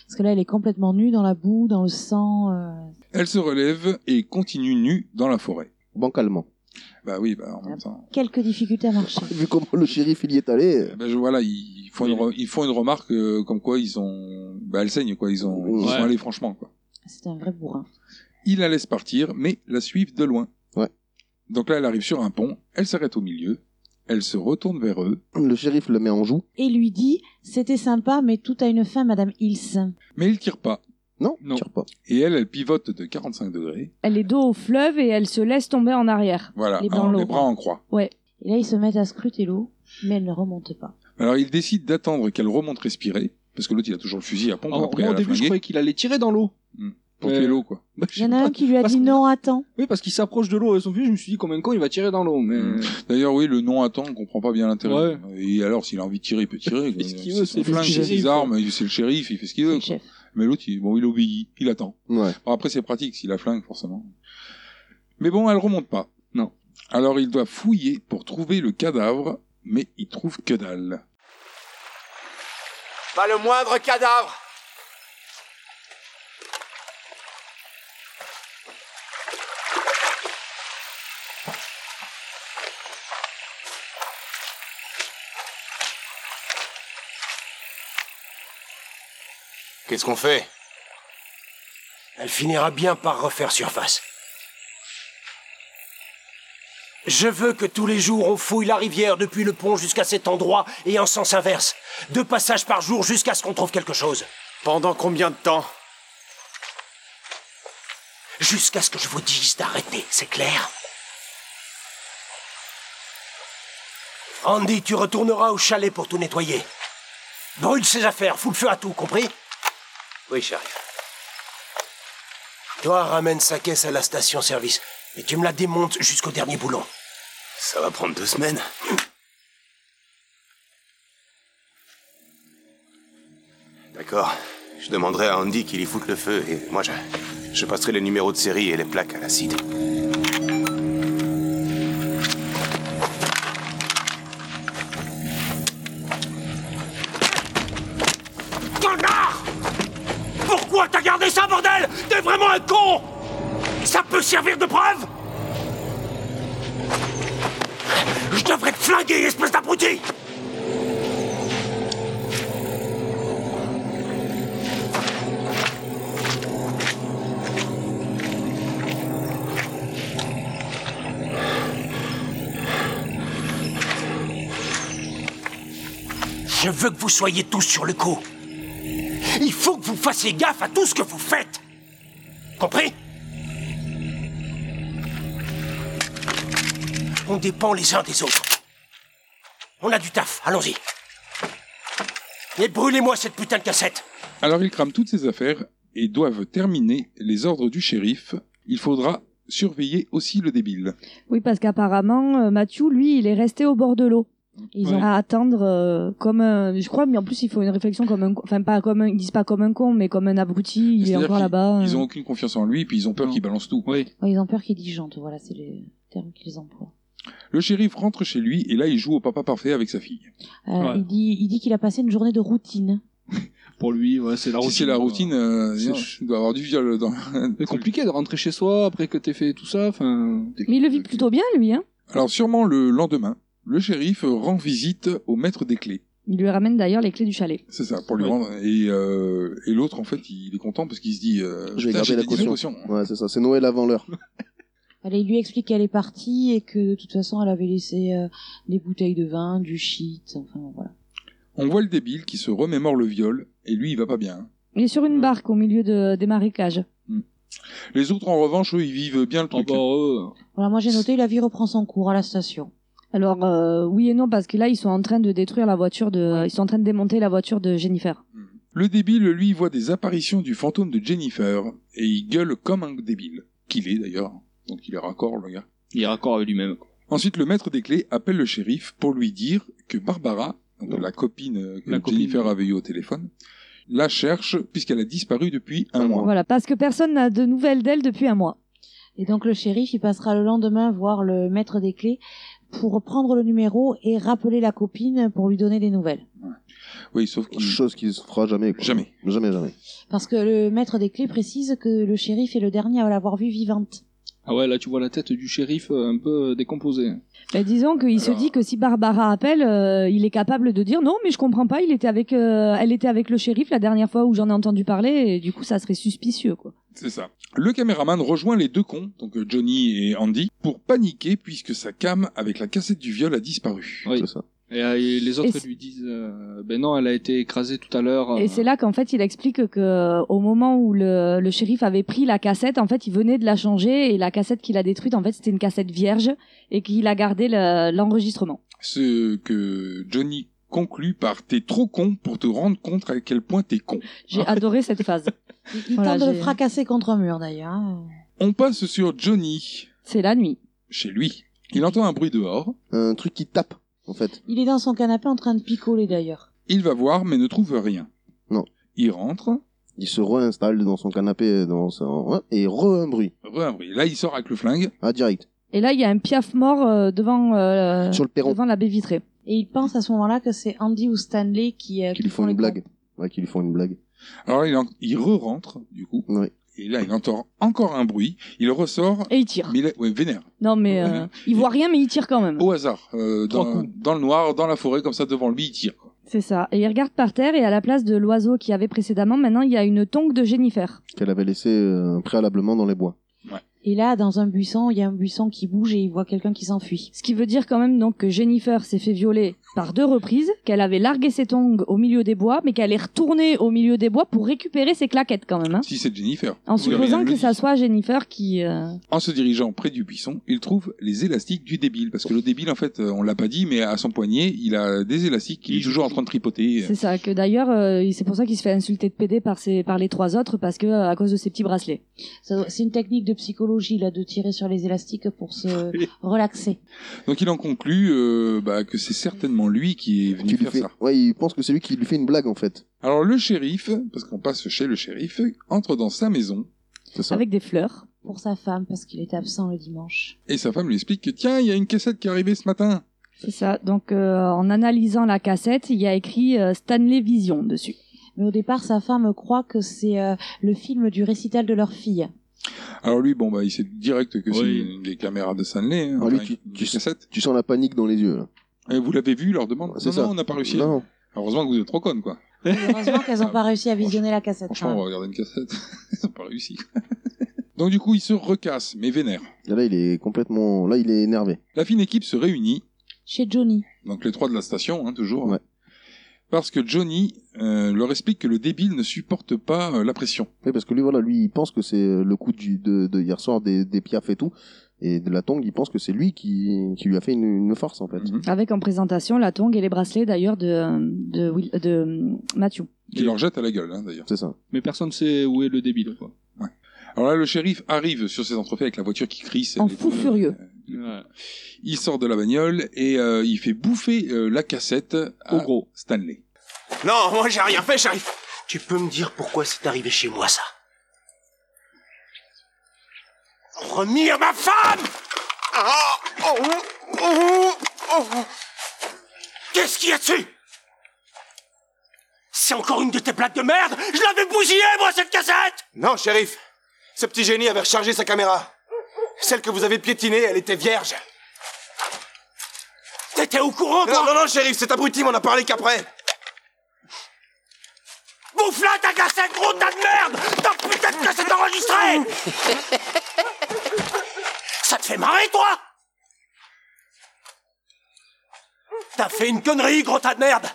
Parce que là, elle est complètement nue dans la boue, dans le sang. euh, Elle se relève et continue nue dans la forêt. Bancalement. Bah oui, bah en même temps. Quelques difficultés à marcher. Vu comment le shérif il y est allé. Ben, je- voilà, ils font, une, re- ils font une remarque euh, comme quoi ils ont, bah, elle saigne quoi, ils ont, ils Ouais. sont allés franchement quoi. C'était un vrai bourrin. Ils la laissent partir, mais la suivent de loin. Ouais. Donc là, elle arrive sur un pont, elle s'arrête au milieu, elle se retourne vers eux, Le shérif le met en joue. Et lui dit C'était sympa, mais tout a une fin, Madame Hills. mais ils tirent pas. Non, Non. tire pas. Et elle, elle pivote de 45 degrés. Elle est dos au fleuve et elle se laisse tomber en arrière. Voilà, Les bras alors, en les l'aube. bras en croix. Et là, ils se mettent à scruter l'eau, mais elle ne remonte pas. Alors ils décident d'attendre qu'elle remonte respirer, parce que l'autre il a toujours le fusil à pompe Alors, après à moi, au la début, je flinguer, croyais qu'il allait tirer dans l'eau. pour Ouais. tuer l'eau quoi. Bah, je Il y en a sais un pas. qui lui a parce dit que- Non, attends. Oui, parce qu'il s'approche de l'eau avec son fusil. Je me suis dit, comme un con, il va tirer dans l'eau. Mais Mm. D'ailleurs oui, le nom attend, on comprend pas bien l'intérêt. Ouais. Et alors s'il a envie de tirer, il peut tirer. Il fait ce qu'il son veut, c'est le flingue, c'est shérif. ses armes, c'est le shérif, il fait ce qu'il C'est veut. le quoi. chef. Mais l'autre, il, bon, il obéit, il attend. Ouais. Bon, après, c'est pratique s'il a flingue, forcément. Mais bon, elle remonte pas. Non. Alors, il doit fouiller pour trouver le cadavre, mais il trouve que dalle. Pas le moindre cadavre Qu'est-ce qu'on fait Elle finira bien par refaire surface. Je veux que tous les jours on fouille la rivière depuis le pont jusqu'à cet endroit et en sens inverse. Deux passages par jour jusqu'à ce qu'on trouve quelque chose. Pendant combien de temps Jusqu'à ce que je vous dise d'arrêter, c'est clair Andy, tu retourneras au chalet pour tout nettoyer. Brûle ses affaires, fous le feu à tout, compris Oui, j'arrive. Toi, ramène sa caisse à la station-service et tu me la démontes jusqu'au dernier boulon. Ça va prendre deux semaines. D'accord. Je demanderai à Andy qu'il y foute le feu et moi je. Je passerai les numéros de série et les plaques à l'acide. Connard Pourquoi t'as gardé ça, bordel T'es vraiment un con Ça peut servir de preuve Je devrais te flinguer, espèce d'abruti Je veux que vous soyez tous sur le coup. Il faut que vous fassiez gaffe à tout ce que vous faites. Compris On dépend les uns des autres. On a du taf, allons-y. Et brûlez-moi cette putain de cassette. Alors ils crament toutes ces affaires et doivent terminer les ordres du shérif. Il faudra surveiller aussi le débile. Oui, parce qu'apparemment, euh, Mathieu, lui, il est resté au bord de l'eau. Ils ont Ouais. à attendre euh, comme un, je crois, mais en plus il faut une réflexion comme un, con- enfin pas comme un, ils disent pas comme un con, mais comme un abruti, il est C'est-à-dire encore qu'ils- là-bas. hein. Ils ont aucune confiance en lui et puis ils ont peur qu'il balance tout. Ouais, ils ont peur qu'il digente, voilà, c'est le terme qu'ils emploient. Le shérif rentre chez lui et là il joue au papa parfait avec sa fille. Euh, Ouais. Il dit il dit qu'il a passé une journée de routine. Pour lui, c'est la routine. c'est la routine, euh, C'est non, il doit avoir du viol dans. C'est compliqué de rentrer chez soi après que t'aies fait tout ça. Enfin, Mais il le vit plutôt bien lui, hein. Alors sûrement le lendemain, le shérif rend visite au maître des clés. Il lui ramène d'ailleurs les clés du chalet. C'est ça, pour lui rendre. Et, euh, et l'autre, en fait, il est content parce qu'il se dit. euh, Je vais putain, garder j'ai la dit des caution. Ouais, c'est ça, c'est Noël avant l'heure. Allez, il lui explique qu'elle est partie et que de toute façon elle avait laissé euh, des bouteilles de vin, du shit, enfin voilà. On voit le débile qui se remémore le viol et lui, il va pas bien. Il est sur une barque au milieu de, des marécages. Les autres, en revanche, eux, ils vivent bien le Ah truc. Voilà, moi j'ai noté la vie reprend son cours à la station. Alors euh, oui et non parce que là ils sont en train de détruire la voiture de, ils sont en train de démonter la voiture de Jennifer. Le débile, lui, voit des apparitions du fantôme de Jennifer et il gueule comme un débile. Qu'il est d'ailleurs. Donc il est raccord, le gars. il est raccord avec lui-même. quoi. Ensuite, le maître des clés appelle le shérif pour lui dire que Barbara, donc la copine euh, que La copine. Jennifer avait eue au téléphone, la cherche puisqu'elle a disparu depuis un mois. Voilà parce que personne n'a de nouvelles d'elle depuis un mois. Et donc le shérif, il passera le lendemain voir le maître des clés pour prendre le numéro et rappeler la copine pour lui donner des nouvelles. Oui, sauf qu'il... Chose qui se fera jamais. Quoi. Jamais. Jamais, jamais. Parce que le maître des clés précise que le shérif est le dernier à l'avoir vue vivante. Ah ouais, là tu vois la tête du shérif euh, un peu euh, décomposée. Ben, disons qu'il se Alors- dit que si Barbara appelle, euh, il est capable de dire non, mais je comprends pas. Il était avec, euh, elle était avec le shérif la dernière fois où j'en ai entendu parler, et du coup ça serait suspicieux quoi. C'est ça. Le caméraman rejoint les deux cons, donc euh, Johnny et Andy, pour paniquer puisque sa cam avec la cassette du viol a disparu. Oui. C'est ça. Et, euh, et les autres Et c'est- lui disent euh, Ben non, elle a été écrasée tout à l'heure. euh, Et c'est là qu'en fait il explique que euh, au moment où le, le shérif avait pris la cassette, en fait il venait de la changer et la cassette qu'il a détruite, en fait c'était une cassette vierge et qu'il a gardé le- l'enregistrement. Ce que Johnny conclut par T'es trop con pour te rendre compte à quel point t'es con. J'ai adoré cette phase. Ah. Il Voilà, tente de le j'ai- fracasser contre un mur d'ailleurs. hein. On passe sur Johnny, C'est la nuit. chez lui. Il entend un bruit dehors. Un truc qui tape, en fait. Il est dans son canapé en train de picoler d'ailleurs. Il va voir mais ne trouve rien. Non. Il rentre. Il se réinstalle dans son canapé dans son... ouais, et re un bruit. Re un bruit. Là, il sort avec le flingue. Ah, direct. Et là il y a un piaf mort euh, devant euh, Sur le perron. devant la baie vitrée. Et il pense à ce moment-là que c'est Andy ou Stanley qui, euh, Qu'ils lui font une blague. Ouais, qu'ils lui font une blague. Alors il, en- il re-rentre, du coup. Et là, il entend encore un bruit. Il ressort. Et il tire. Mais il est- ouais, vénère. Non mais euh, il voit rien mais il tire quand même. Au hasard. euh, dans, dans le noir, dans la forêt, comme ça, devant lui, il tire. quoi. C'est ça. Et il regarde par terre et à la place de l'oiseau qu'il y avait précédemment, maintenant il y a une tongue de Jennifer. Qu'elle avait laissé euh, préalablement dans les bois. Et là, dans un buisson, il y a un buisson qui bouge et il voit quelqu'un qui s'enfuit. Ce qui veut dire quand même donc que Jennifer s'est fait violer par deux reprises, qu'elle avait largué ses tongs au milieu des bois, mais qu'elle est retournée au milieu des bois pour récupérer ses claquettes quand même. hein. Si c'est Jennifer. En Vous avez supposant le que dit. ça soit Jennifer qui... euh, En se dirigeant près du buisson, il trouve les élastiques du débile. Parce que le débile, en fait, euh, on l'a pas dit, mais à son poignet, il a des élastiques qu'il est toujours en train de tripoter. C'est ça, que d'ailleurs, euh, il- c'est pour ça qu'il se fait insulter de PD par, ses, par les trois autres, parce que euh, à cause de ses petits bracelets. Ça- C'est une technique de psychologie, là, de tirer sur les élastiques pour se relaxer. Donc il en conclut euh, bah, que c'est certainement lui qui est venu Qui lui faire fait- ça. Ouais, il pense que c'est lui qui lui fait une blague en fait. Alors le shérif, parce qu'on passe chez le shérif, entre dans sa maison. Avec des fleurs. Pour sa femme, parce qu'il était absent le dimanche. Et sa femme lui explique que tiens, il y a une cassette qui est arrivée ce matin. C'est ça, donc euh, en analysant la cassette, il y a écrit euh, Stanley Vision dessus. Mais au départ, sa femme croit que c'est euh, le film du récital de leur fille. Alors lui, bon, bah, il sait direct que c'est Oui. une- une des caméras de Stanley. hein, Ah, lui, enfin, tu- une tu- cassette. Tu sens la panique dans les yeux. Là. Et vous l'avez vu, leur demande Ah, c'est Non, ça. non, on n'a pas réussi. Non, non. Heureusement que vous êtes trop connes, quoi. Ah, Heureusement qu'elles n'ont pas réussi à visionner la cassette. Franchement, on va regarder une cassette. Ils ont pas réussi. Donc du coup, il se recasse, mais vénère. Là, il est complètement. Là, il est énervé. La fine équipe se réunit, Chez Johnny. donc les trois de la station, hein, toujours. Parce que Johnny euh, leur explique que le débile ne supporte pas euh, la pression. Oui, parce que lui, voilà, lui, il pense que c'est euh, le coup du- de, de hier soir des, des piafs et tout. Et de la tongue, il pense que c'est lui qui, qui lui a fait une, une farce en fait. Mhm. Avec en présentation la tongue et les bracelets d'ailleurs de, euh, de, Will- euh, de euh, Matthew. Il leur jette à la gueule, hein, d'ailleurs. C'est ça. Mais personne sait où est le débile, quoi. Alors là, le shérif arrive sur ces entrefaits avec la voiture qui crie. c'est- En fou furieux. Il sort de la bagnole et euh, il fait bouffer euh, la cassette à gros. Stanley. Non, moi j'ai rien fait, shérif. Tu peux me dire pourquoi c'est arrivé chez moi ça Remire ma femme Ah, oh, Qu'est-ce qu'il y a dessus C'est encore une de tes plaques de merde Je l'avais bousillée, moi, cette cassette Non, shérif. Ce petit génie avait rechargé sa caméra. Celle que vous avez piétinée, elle était vierge. T'étais au courant, toi Non, non, non, shérif, cet abruti m'en a parlé qu'après. Bouffe-la, ta cassette, gros tas de merde Ta putain de cassette enregistrée Ça te fait marrer, toi T'as fait une connerie, gros tas de merde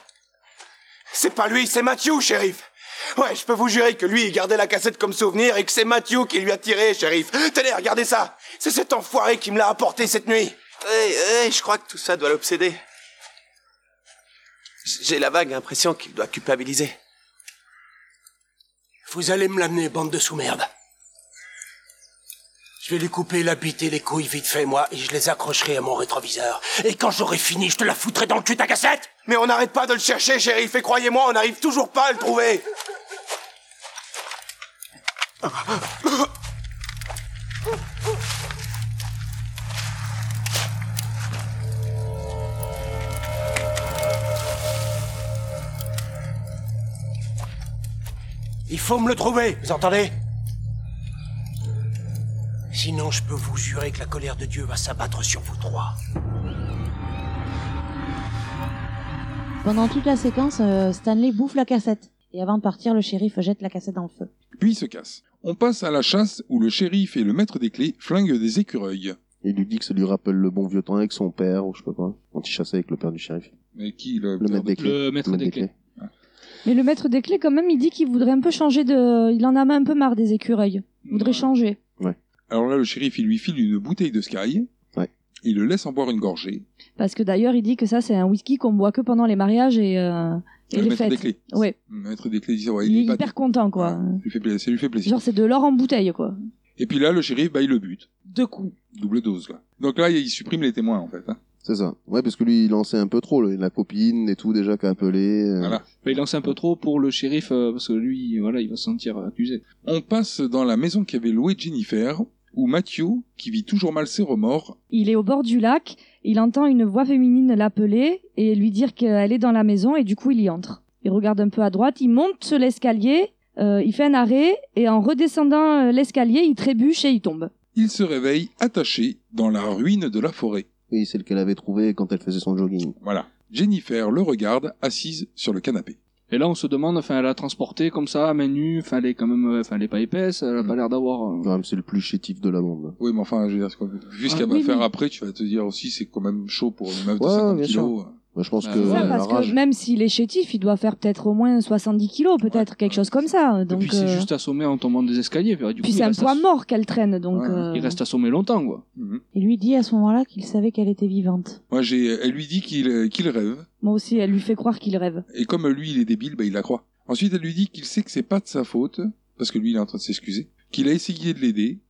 C'est pas lui, c'est Mathieu, shérif. Ouais, je peux vous jurer que lui, il gardait la cassette comme souvenir et que c'est Mathieu qui lui a tiré, shérif. Tenez, regardez ça. C'est cet enfoiré qui me l'a apporté cette nuit. Hey, hey, je crois que tout ça doit l'obséder. J'ai la vague impression qu'il doit culpabiliser. Vous allez me l'amener, bande de sous-merde. Je vais lui couper la bite et les couilles vite fait, moi, et je les accrocherai à mon rétroviseur. Et quand j'aurai fini, je te la foutrai dans le cul, ta cassette Mais on n'arrête pas de le chercher, shérif, et croyez-moi, on n'arrive toujours pas à le trouver. Il faut me le trouver, vous entendez Sinon, je peux vous jurer que la colère de Dieu va s'abattre sur vous trois. Pendant toute la séquence, euh, Stanley bouffe la cassette. Et avant de partir, le shérif jette la cassette dans le feu. Puis il se casse. On passe à la chasse où le shérif et le maître des clés flinguent des écureuils. Il lui dit que ça lui rappelle le bon vieux temps avec son père ou je sais pas quoi. Quand il chassait avec le père du shérif. Mais qui le, Le maître des clés. Le maître des clés. Mais le maître des clés quand même, il dit qu'il voudrait un peu changer de... Il en a un peu marre des écureuils. Il voudrait changer. Alors là, le shérif, il lui file une bouteille de Sky. Il le laisse en boire une gorgée. Parce que d'ailleurs, il dit que ça, c'est un whisky qu'on boit que pendant les mariages et, euh, et Le les maître fêtes. des clés. Ouais. Le maître des clés dit ouais, Il il est est pas- hyper content, ça quoi. lui fait plaisir. ça lui fait plaisir. Genre, c'est de l'or en bouteille, quoi. Et puis là, le shérif, bah, il le bute. Deux coups. Double dose, là. Donc là, il supprime les témoins, en fait. hein. C'est ça. Ouais, parce que lui, il en sait un peu trop. là. La copine et tout, déjà, qui a appelé. euh. Bah, il lance un peu trop pour le shérif, euh, parce que lui, voilà, il va se sentir euh, accusé. On passe dans la maison qu'avait louée Jennifer, où Mathieu, qui vit toujours mal ses remords, Il est au bord du lac, il entend une voix féminine l'appeler et lui dire qu'elle est dans la maison et du coup il y entre. Il regarde un peu à droite, il monte l'escalier, euh, il fait un arrêt et en redescendant euh, l'escalier il trébuche et il tombe. Oh, il se réveille attaché dans la ruine de la forêt. Oui, celle qu'elle avait trouvée quand elle faisait son jogging. Voilà. Jennifer le regarde assise sur le canapé. Et là, on se demande, enfin, elle a transporté comme ça, à main nue, enfin, elle est quand même, euh, enfin, elle est pas épaisse, elle a pas l'air d'avoir. euh, Quand même, c'est le plus chétif de la bande. Oui, mais enfin, je veux dire, c'est quoi, vu ce Ah, qu'elle oui, va faire mais- après, tu vas te dire aussi, c'est quand même chaud pour une meuf de Ouais, 50 bien sûr. kilos. Bah, je pense Bah, que c'est ça, la Parce rage- que même s'il est chétif, il doit faire peut-être au moins 70 kilos, peut-être quelque chose comme ça. Et Donc, puis, c'est euh, juste assommé en tombant des escaliers. Puis, du coup, puis il c'est un reste poids ass- mort qu'elle traîne, donc. Ouais, euh, Il reste assommé longtemps, quoi. Il lui dit à ce moment-là qu'il savait qu'elle était vivante. Mhm. Moi, j'ai, elle lui dit qu'il, euh, qu'il rêve, Moi aussi, elle lui fait croire qu'il rêve. et comme lui, il est débile, bah, il la croit. Ensuite, elle lui dit qu'il sait que c'est pas de sa faute, parce que lui, il est en train de s'excuser, qu'il a essayé de l'aider,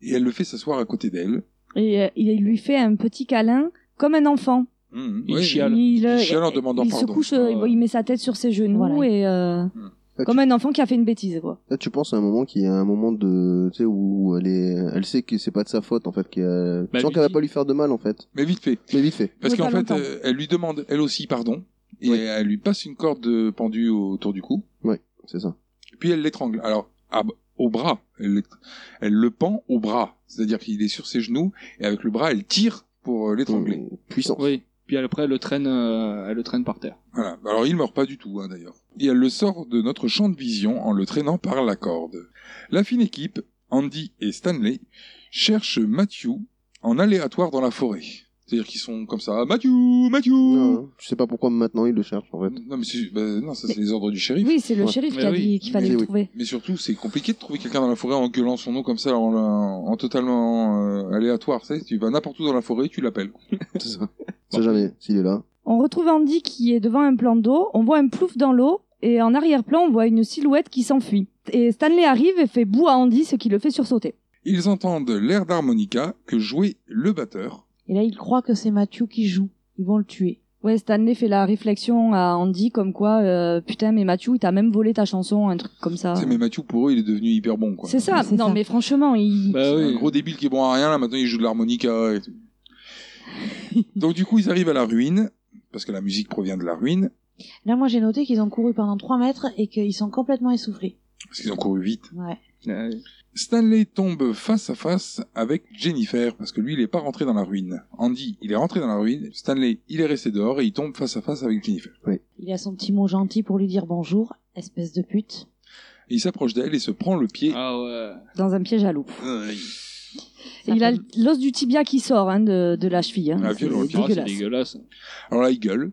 et elle le fait s'asseoir à côté d'elle. Et euh, il lui fait un petit câlin comme un enfant. Il Il, chiale. euh, Il chiale en demandant il pardon. se couche, euh, il met sa tête sur ses genoux et euh, Mmh. comme un enfant qui a fait une bêtise, quoi. Là, tu penses à un moment qui est un moment de, tu sais, où elle est, elle sait que c'est pas de sa faute, en fait, qu'elle, tu Bah, sens lui qu'elle va dit- pas lui faire de mal, en fait. Mais vite fait. Mais vite fait. Parce Oui, qu'en pas fait, longtemps. euh, elle lui demande, elle aussi, pardon, et elle lui passe une corde euh, pendue autour du cou, Oui, c'est ça. puis elle l'étrangle. Alors, à- au bras, elle, l'ét- elle le pend au bras, c'est-à-dire qu'il est sur ses genoux, et avec le bras, elle tire pour euh, l'étrangler. Mmh, Puissant. Oui. Puis après, elle le traîne, euh, elle le traîne par terre. Voilà. Alors, il meurt pas du tout, hein, d'ailleurs. Et elle le sort de notre champ de vision en le traînant par la corde. La fine équipe, Andy et Stanley, cherchent Matthew en aléatoire dans la forêt. C'est-à-dire qu'ils sont comme ça, Matthew, Matthew Ah, Non, hein, je sais pas pourquoi maintenant il le cherche, en fait. Non, mais c'est, bah, non, ça, c'est les ordres du shérif. Oui, c'est le shérif qui a dit qu'il fallait Mais le oui. trouver. Mais surtout, c'est compliqué de trouver quelqu'un dans la forêt en gueulant son nom comme ça, en, en totalement euh, aléatoire. Tu sais, tu vas n'importe où dans la forêt, tu l'appelles. C'est ça. On sait jamais s'il est là. On retrouve Andy qui est devant un plan d'eau, on voit un plouf dans l'eau, et en arrière-plan, on voit une silhouette qui s'enfuit. Et Stanley arrive et fait boue à Andy, ce qui le fait sursauter. Ils entendent l'air d'harmonica que jouait le batteur. Et là, il croit que c'est Mathieu qui joue. Ils vont le tuer. Ouais, Stanley fait la réflexion à Andy comme quoi, euh, putain, mais Mathieu, il t'a même volé ta chanson, un truc comme ça. Tu sais, mais Mathieu, pour eux, il est devenu hyper bon. Quoi. Ah. C'est ça, non, mais franchement, il... Bah C'est un gros débile qui est bon à rien, là maintenant il joue de l'harmonica et tout. Donc du coup ils arrivent à la ruine, parce que la musique provient de la ruine, Là, moi, j'ai noté qu'ils ont couru pendant 3 mètres et qu'ils sont complètement essoufflés. parce qu'ils ont couru vite. Ouais. Stanley tombe face à face avec Jennifer, parce que lui il est pas rentré dans la ruine. Andy il est rentré dans la ruine, Stanley il est resté dehors et il tombe face à face avec Jennifer. Il a son petit mot gentil pour lui dire bonjour, espèce de pute. Et il s'approche d'elle et se prend le pied. Ah ouais. dans un piège à loup. Aïe. Et il a l'os du tibia qui sort hein, de, de la cheville. hein. Ah, C'est violent, le pirate, dégueulasse. Alors là il gueule.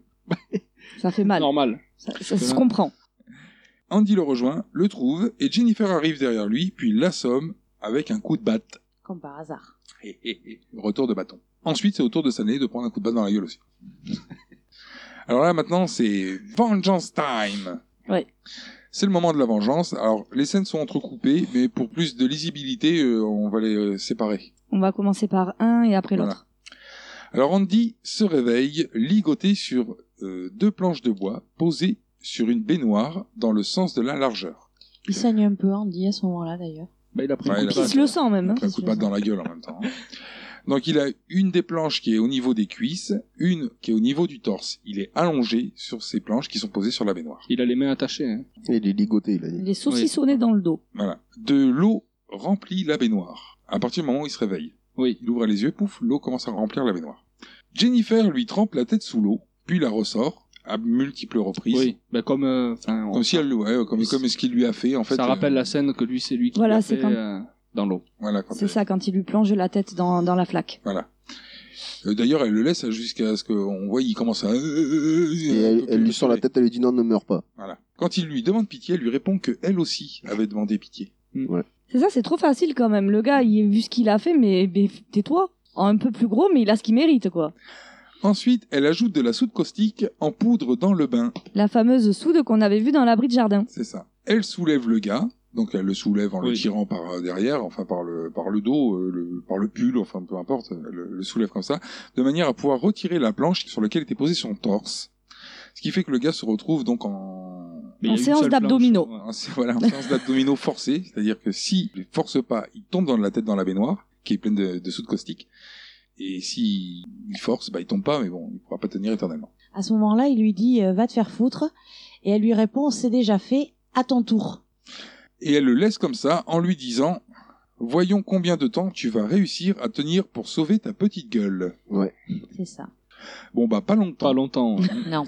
Ça fait mal. Normal. Ça, ça se comprend. Andy le rejoint, le trouve et Jennifer arrive derrière lui puis l'assomme avec un coup de batte. Comme par hasard. Hé, hé, hé. Retour de bâton. Ensuite, c'est au tour de Stanley de prendre un coup de bâton dans la gueule aussi. Alors là, maintenant, c'est Vengeance Time Ouais. C'est le moment de la vengeance. Alors, les scènes sont entrecoupées, mais pour plus de lisibilité, euh, on va les euh, séparer. On va commencer par un et après Voilà. l'autre. Alors, Andy se réveille, ligoté sur euh, deux planches de bois posées sur une baignoire dans le sens de la largeur. Il saigne un peu, Andy, à ce moment-là, d'ailleurs. Bah, il a pris Il pisse le Ah sang, même, Il a hein. pris un coup de batte dans la gueule en même temps. hein. Donc il a une des planches qui est au niveau des cuisses, une qui est au niveau du torse. Il est allongé sur ces planches qui sont posées sur la baignoire. Il a les mains attachées. Hein. Il est ligoté, il a dit. Il est saucissonné dans le dos. Voilà. De l'eau remplit la baignoire. À partir du moment où il se réveille. Oui. Il ouvre les yeux, pouf, l'eau commence à remplir la baignoire. Jennifer lui trempe la tête sous l'eau, puis la ressort à multiples reprises. Oui. Bah, comme, euh, enfin, on- Comme si elle, ouais, comme, comme ce qu'il lui a fait, en fait. ça euh, rappelle la scène que lui, c'est lui qui Voilà, l'a c'est fait comme- euh, dans l'eau. Voilà. Quand C'est ça, quand il lui plonge la tête dans, dans la flaque. Voilà. Euh, D'ailleurs, elle le laisse jusqu'à ce qu'on voit, il commence à. Et elle, elle lui sort la tête, elle lui dit non, ne meurs pas. Voilà. Quand il lui demande pitié, elle lui répond que elle aussi avait demandé pitié. Ouais. C'est ça, c'est trop facile quand même. Le gars, il a vu ce qu'il a fait, mais, mais tais-toi. Un peu plus gros, mais il a ce qu'il mérite, quoi. Ensuite, elle ajoute de la soude caustique en poudre dans le bain. La fameuse soude qu'on avait vue dans l'abri de jardin. C'est ça. Elle soulève le gars, donc elle le soulève en le tirant par euh, derrière, enfin par le par le dos, euh, le- par le pull, enfin peu importe, elle le- le soulève comme ça, de manière à pouvoir retirer la planche sur laquelle était posé son torse. Ce qui fait que le gars se retrouve donc en Mais il y a En une séance seule planche. d'abdominaux. Ouais, en sé- Voilà, en séance d'abdominaux forcés, c'est-à-dire que s'il ne force pas, il tombe dans la tête dans la baignoire, qui est pleine de, de soude caustique. Et s'il il force, bah il tombe pas, mais bon, il pourra pas tenir éternellement. À ce moment-là, il lui dit euh, va te faire foutre. Et elle lui répond c'est déjà fait, à ton tour. et elle le laisse comme ça en lui disant Voyons combien de temps tu vas réussir à tenir pour sauver ta petite gueule. Ouais. C'est ça. Bon, bah, pas longtemps. Pas longtemps. Non.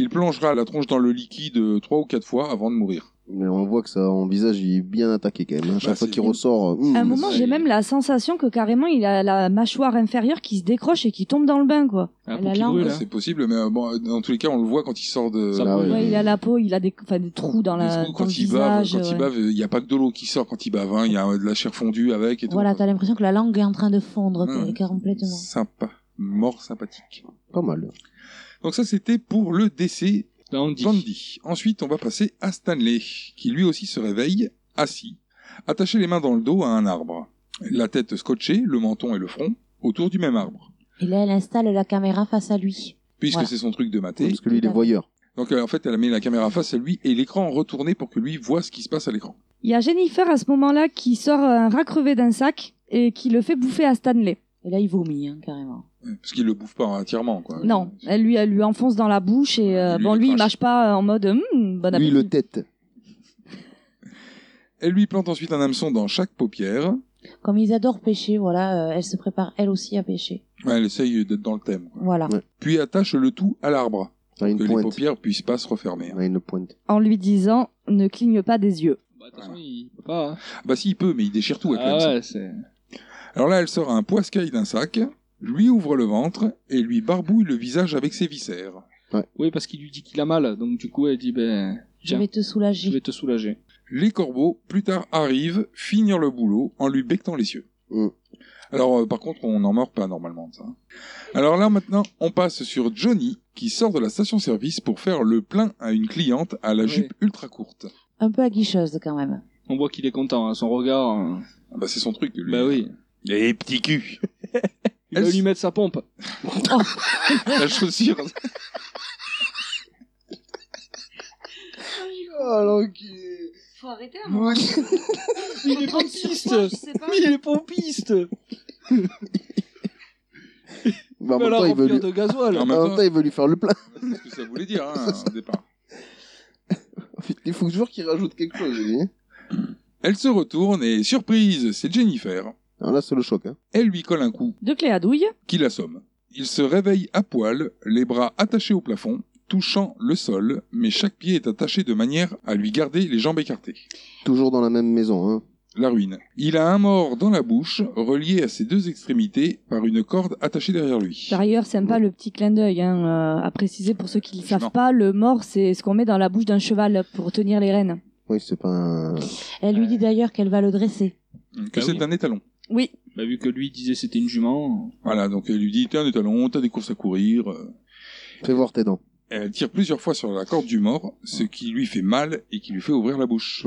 Il plongera la tronche dans le liquide euh, trois ou quatre fois avant de mourir. Mais on voit que ça, envisage, il est bien attaqué quand même. hein. Chaque Bah, fois c'est- qu'il ressort. euh, hum, à un moment, j'ai même la sensation que carrément, il a la mâchoire inférieure qui se décroche et qui tombe dans le bain, quoi. Elle a la- hein. Ouais, C'est possible, mais euh, bon, euh, dans tous les cas, on le voit quand il sort de. Ouais, il a la peau, il a des, enfin, des trous dans, la, dans le Mm-hmm. Quand il bave, visage. quand il ouais. bave, il n'y a pas que de l'eau qui sort quand il bave, hein, il y a de la chair fondue avec et tout. Voilà, t'as l'impression que la langue est en train de fondre Ouais, ouais. que- complètement. Sympa. Mort sympathique. Pas mal. Donc ça, c'était pour le décès d'Andy. Ensuite, on va passer à Stanley, qui lui aussi se réveille, assis, attaché les mains dans le dos à un arbre. La tête scotchée, le menton et le front, autour du même arbre. Et là, elle installe la caméra face à lui. Puisque Voilà. c'est son truc de maté. Parce que lui, il est voyeur. Donc euh, en fait, elle met la caméra face à lui et l'écran retourné pour que lui voit ce qui se passe à l'écran. Il y a Jennifer à ce moment-là qui sort un rat crevé d'un sac et qui le fait bouffer à Stanley. Et là, il vomit, hein, carrément. Ouais, Parce qu'il le bouffe pas entièrement, quoi. Non, elle lui, elle lui enfonce dans la bouche et euh, bon, lui, il mâche pas en mode Hum, bon appétit. Lui, le tête. Elle lui plante ensuite un hameçon dans chaque paupière. Comme ils adorent pêcher, voilà, euh, elle se prépare elle aussi à pêcher. Ouais, elle essaye d'être dans le thème. quoi. Voilà. Puis attache le tout à l'arbre. Pour que les paupières puissent pas se refermer. À une pointe. en lui disant ne cligne pas des yeux. Bah si, il peut, mais il déchire tout avec hein. Ah l'hameçon. ouais, c'est. Alors là, elle sort un poiscaille d'un sac, lui ouvre le ventre et lui barbouille le visage avec ses viscères. Oui, parce qu'il lui dit qu'il a mal, donc du coup, elle dit ben. Je vais te soulager. Je vais te soulager. Les corbeaux, plus tard, arrivent finir le boulot en lui bectant les yeux. Alors, euh, par contre, on n'en meurt pas normalement de ça. hein. Alors là, maintenant, on passe sur Johnny qui sort de la station-service pour faire le plein à une cliente à la jupe ultra courte. Un peu aguicheuse, quand même. On voit qu'il est content, hein, son regard. hein. Bah, c'est son truc, lui. Bah oui. Les petits culs. Il va lui mettre sa pompe. la chaussure. Ah, Faut arrêter hein. un moment. Il est pompiste. Il est pompiste. Bah, en Mais même alors, temps, il veut remplir lui... de gasoil. En même temps, il veut lui faire le plein. C'est ce que ça voulait dire, hein, au départ. Il faut toujours qu'il rajoute quelque chose, lui. Elle se retourne et, surprise, c'est Jennifer. Alors là, c'est le choc. Hein. Elle lui colle un coup De clé à douille. qui l'assomme. Il se réveille à poil, les bras attachés au plafond, touchant le sol, mais chaque pied est attaché de manière à lui garder les jambes écartées. Toujours dans la même maison. Hein. La ruine. Il a un mort dans la bouche, relié à ses deux extrémités par une corde attachée derrière lui. D'ailleurs, sympa Mm. le petit clin d'œil hein, euh, à préciser pour ceux qui ne savent pas, le mort, c'est ce qu'on met dans la bouche d'un cheval pour tenir les rênes. Oui, c'est pas un... Elle lui dit d'ailleurs qu'elle va le dresser. Que c'est un étalon. Oui. Bah, vu que lui disait c'était une jument. Voilà, donc elle lui dit T'es un étalon, t'as des courses à courir. euh. Fais voir tes dents. Elle tire plusieurs fois sur la corde du mort, ce qui lui fait mal et qui lui fait ouvrir la bouche.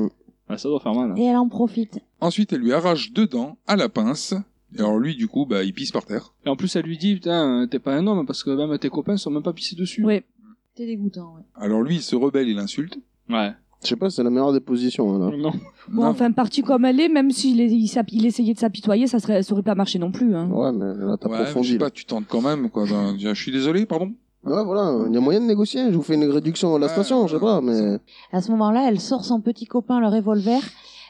Ah, ça doit faire mal. Et elle en profite. Ensuite, elle lui arrache deux dents à la pince. Et alors lui, du coup, bah, il pisse par terre. Et en plus, elle lui dit, putain, euh, t'es pas un homme, parce que même tes copains sont même pas pissés dessus. Ouais. C'est dégoûtant, ouais. Alors lui, il se rebelle et l'insulte. Ouais. Je sais pas, c'est la meilleure des positions. hein, là. Non. Bon, enfin, parti comme elle est, même s'il est- il, s'app- il essayait de s'apitoyer, ça serait, ça aurait pas marché non plus. Hein. Ouais, mais là, t'as Ouais, mais je sais pas, tu tentes quand même, quoi. d'un- Je suis désolé, pardon. Ouais, voilà, il y a moyen de négocier. Je vous fais une réduction à la station, je sais pas, mais. À ce moment-là, elle sort son petit copain, le revolver,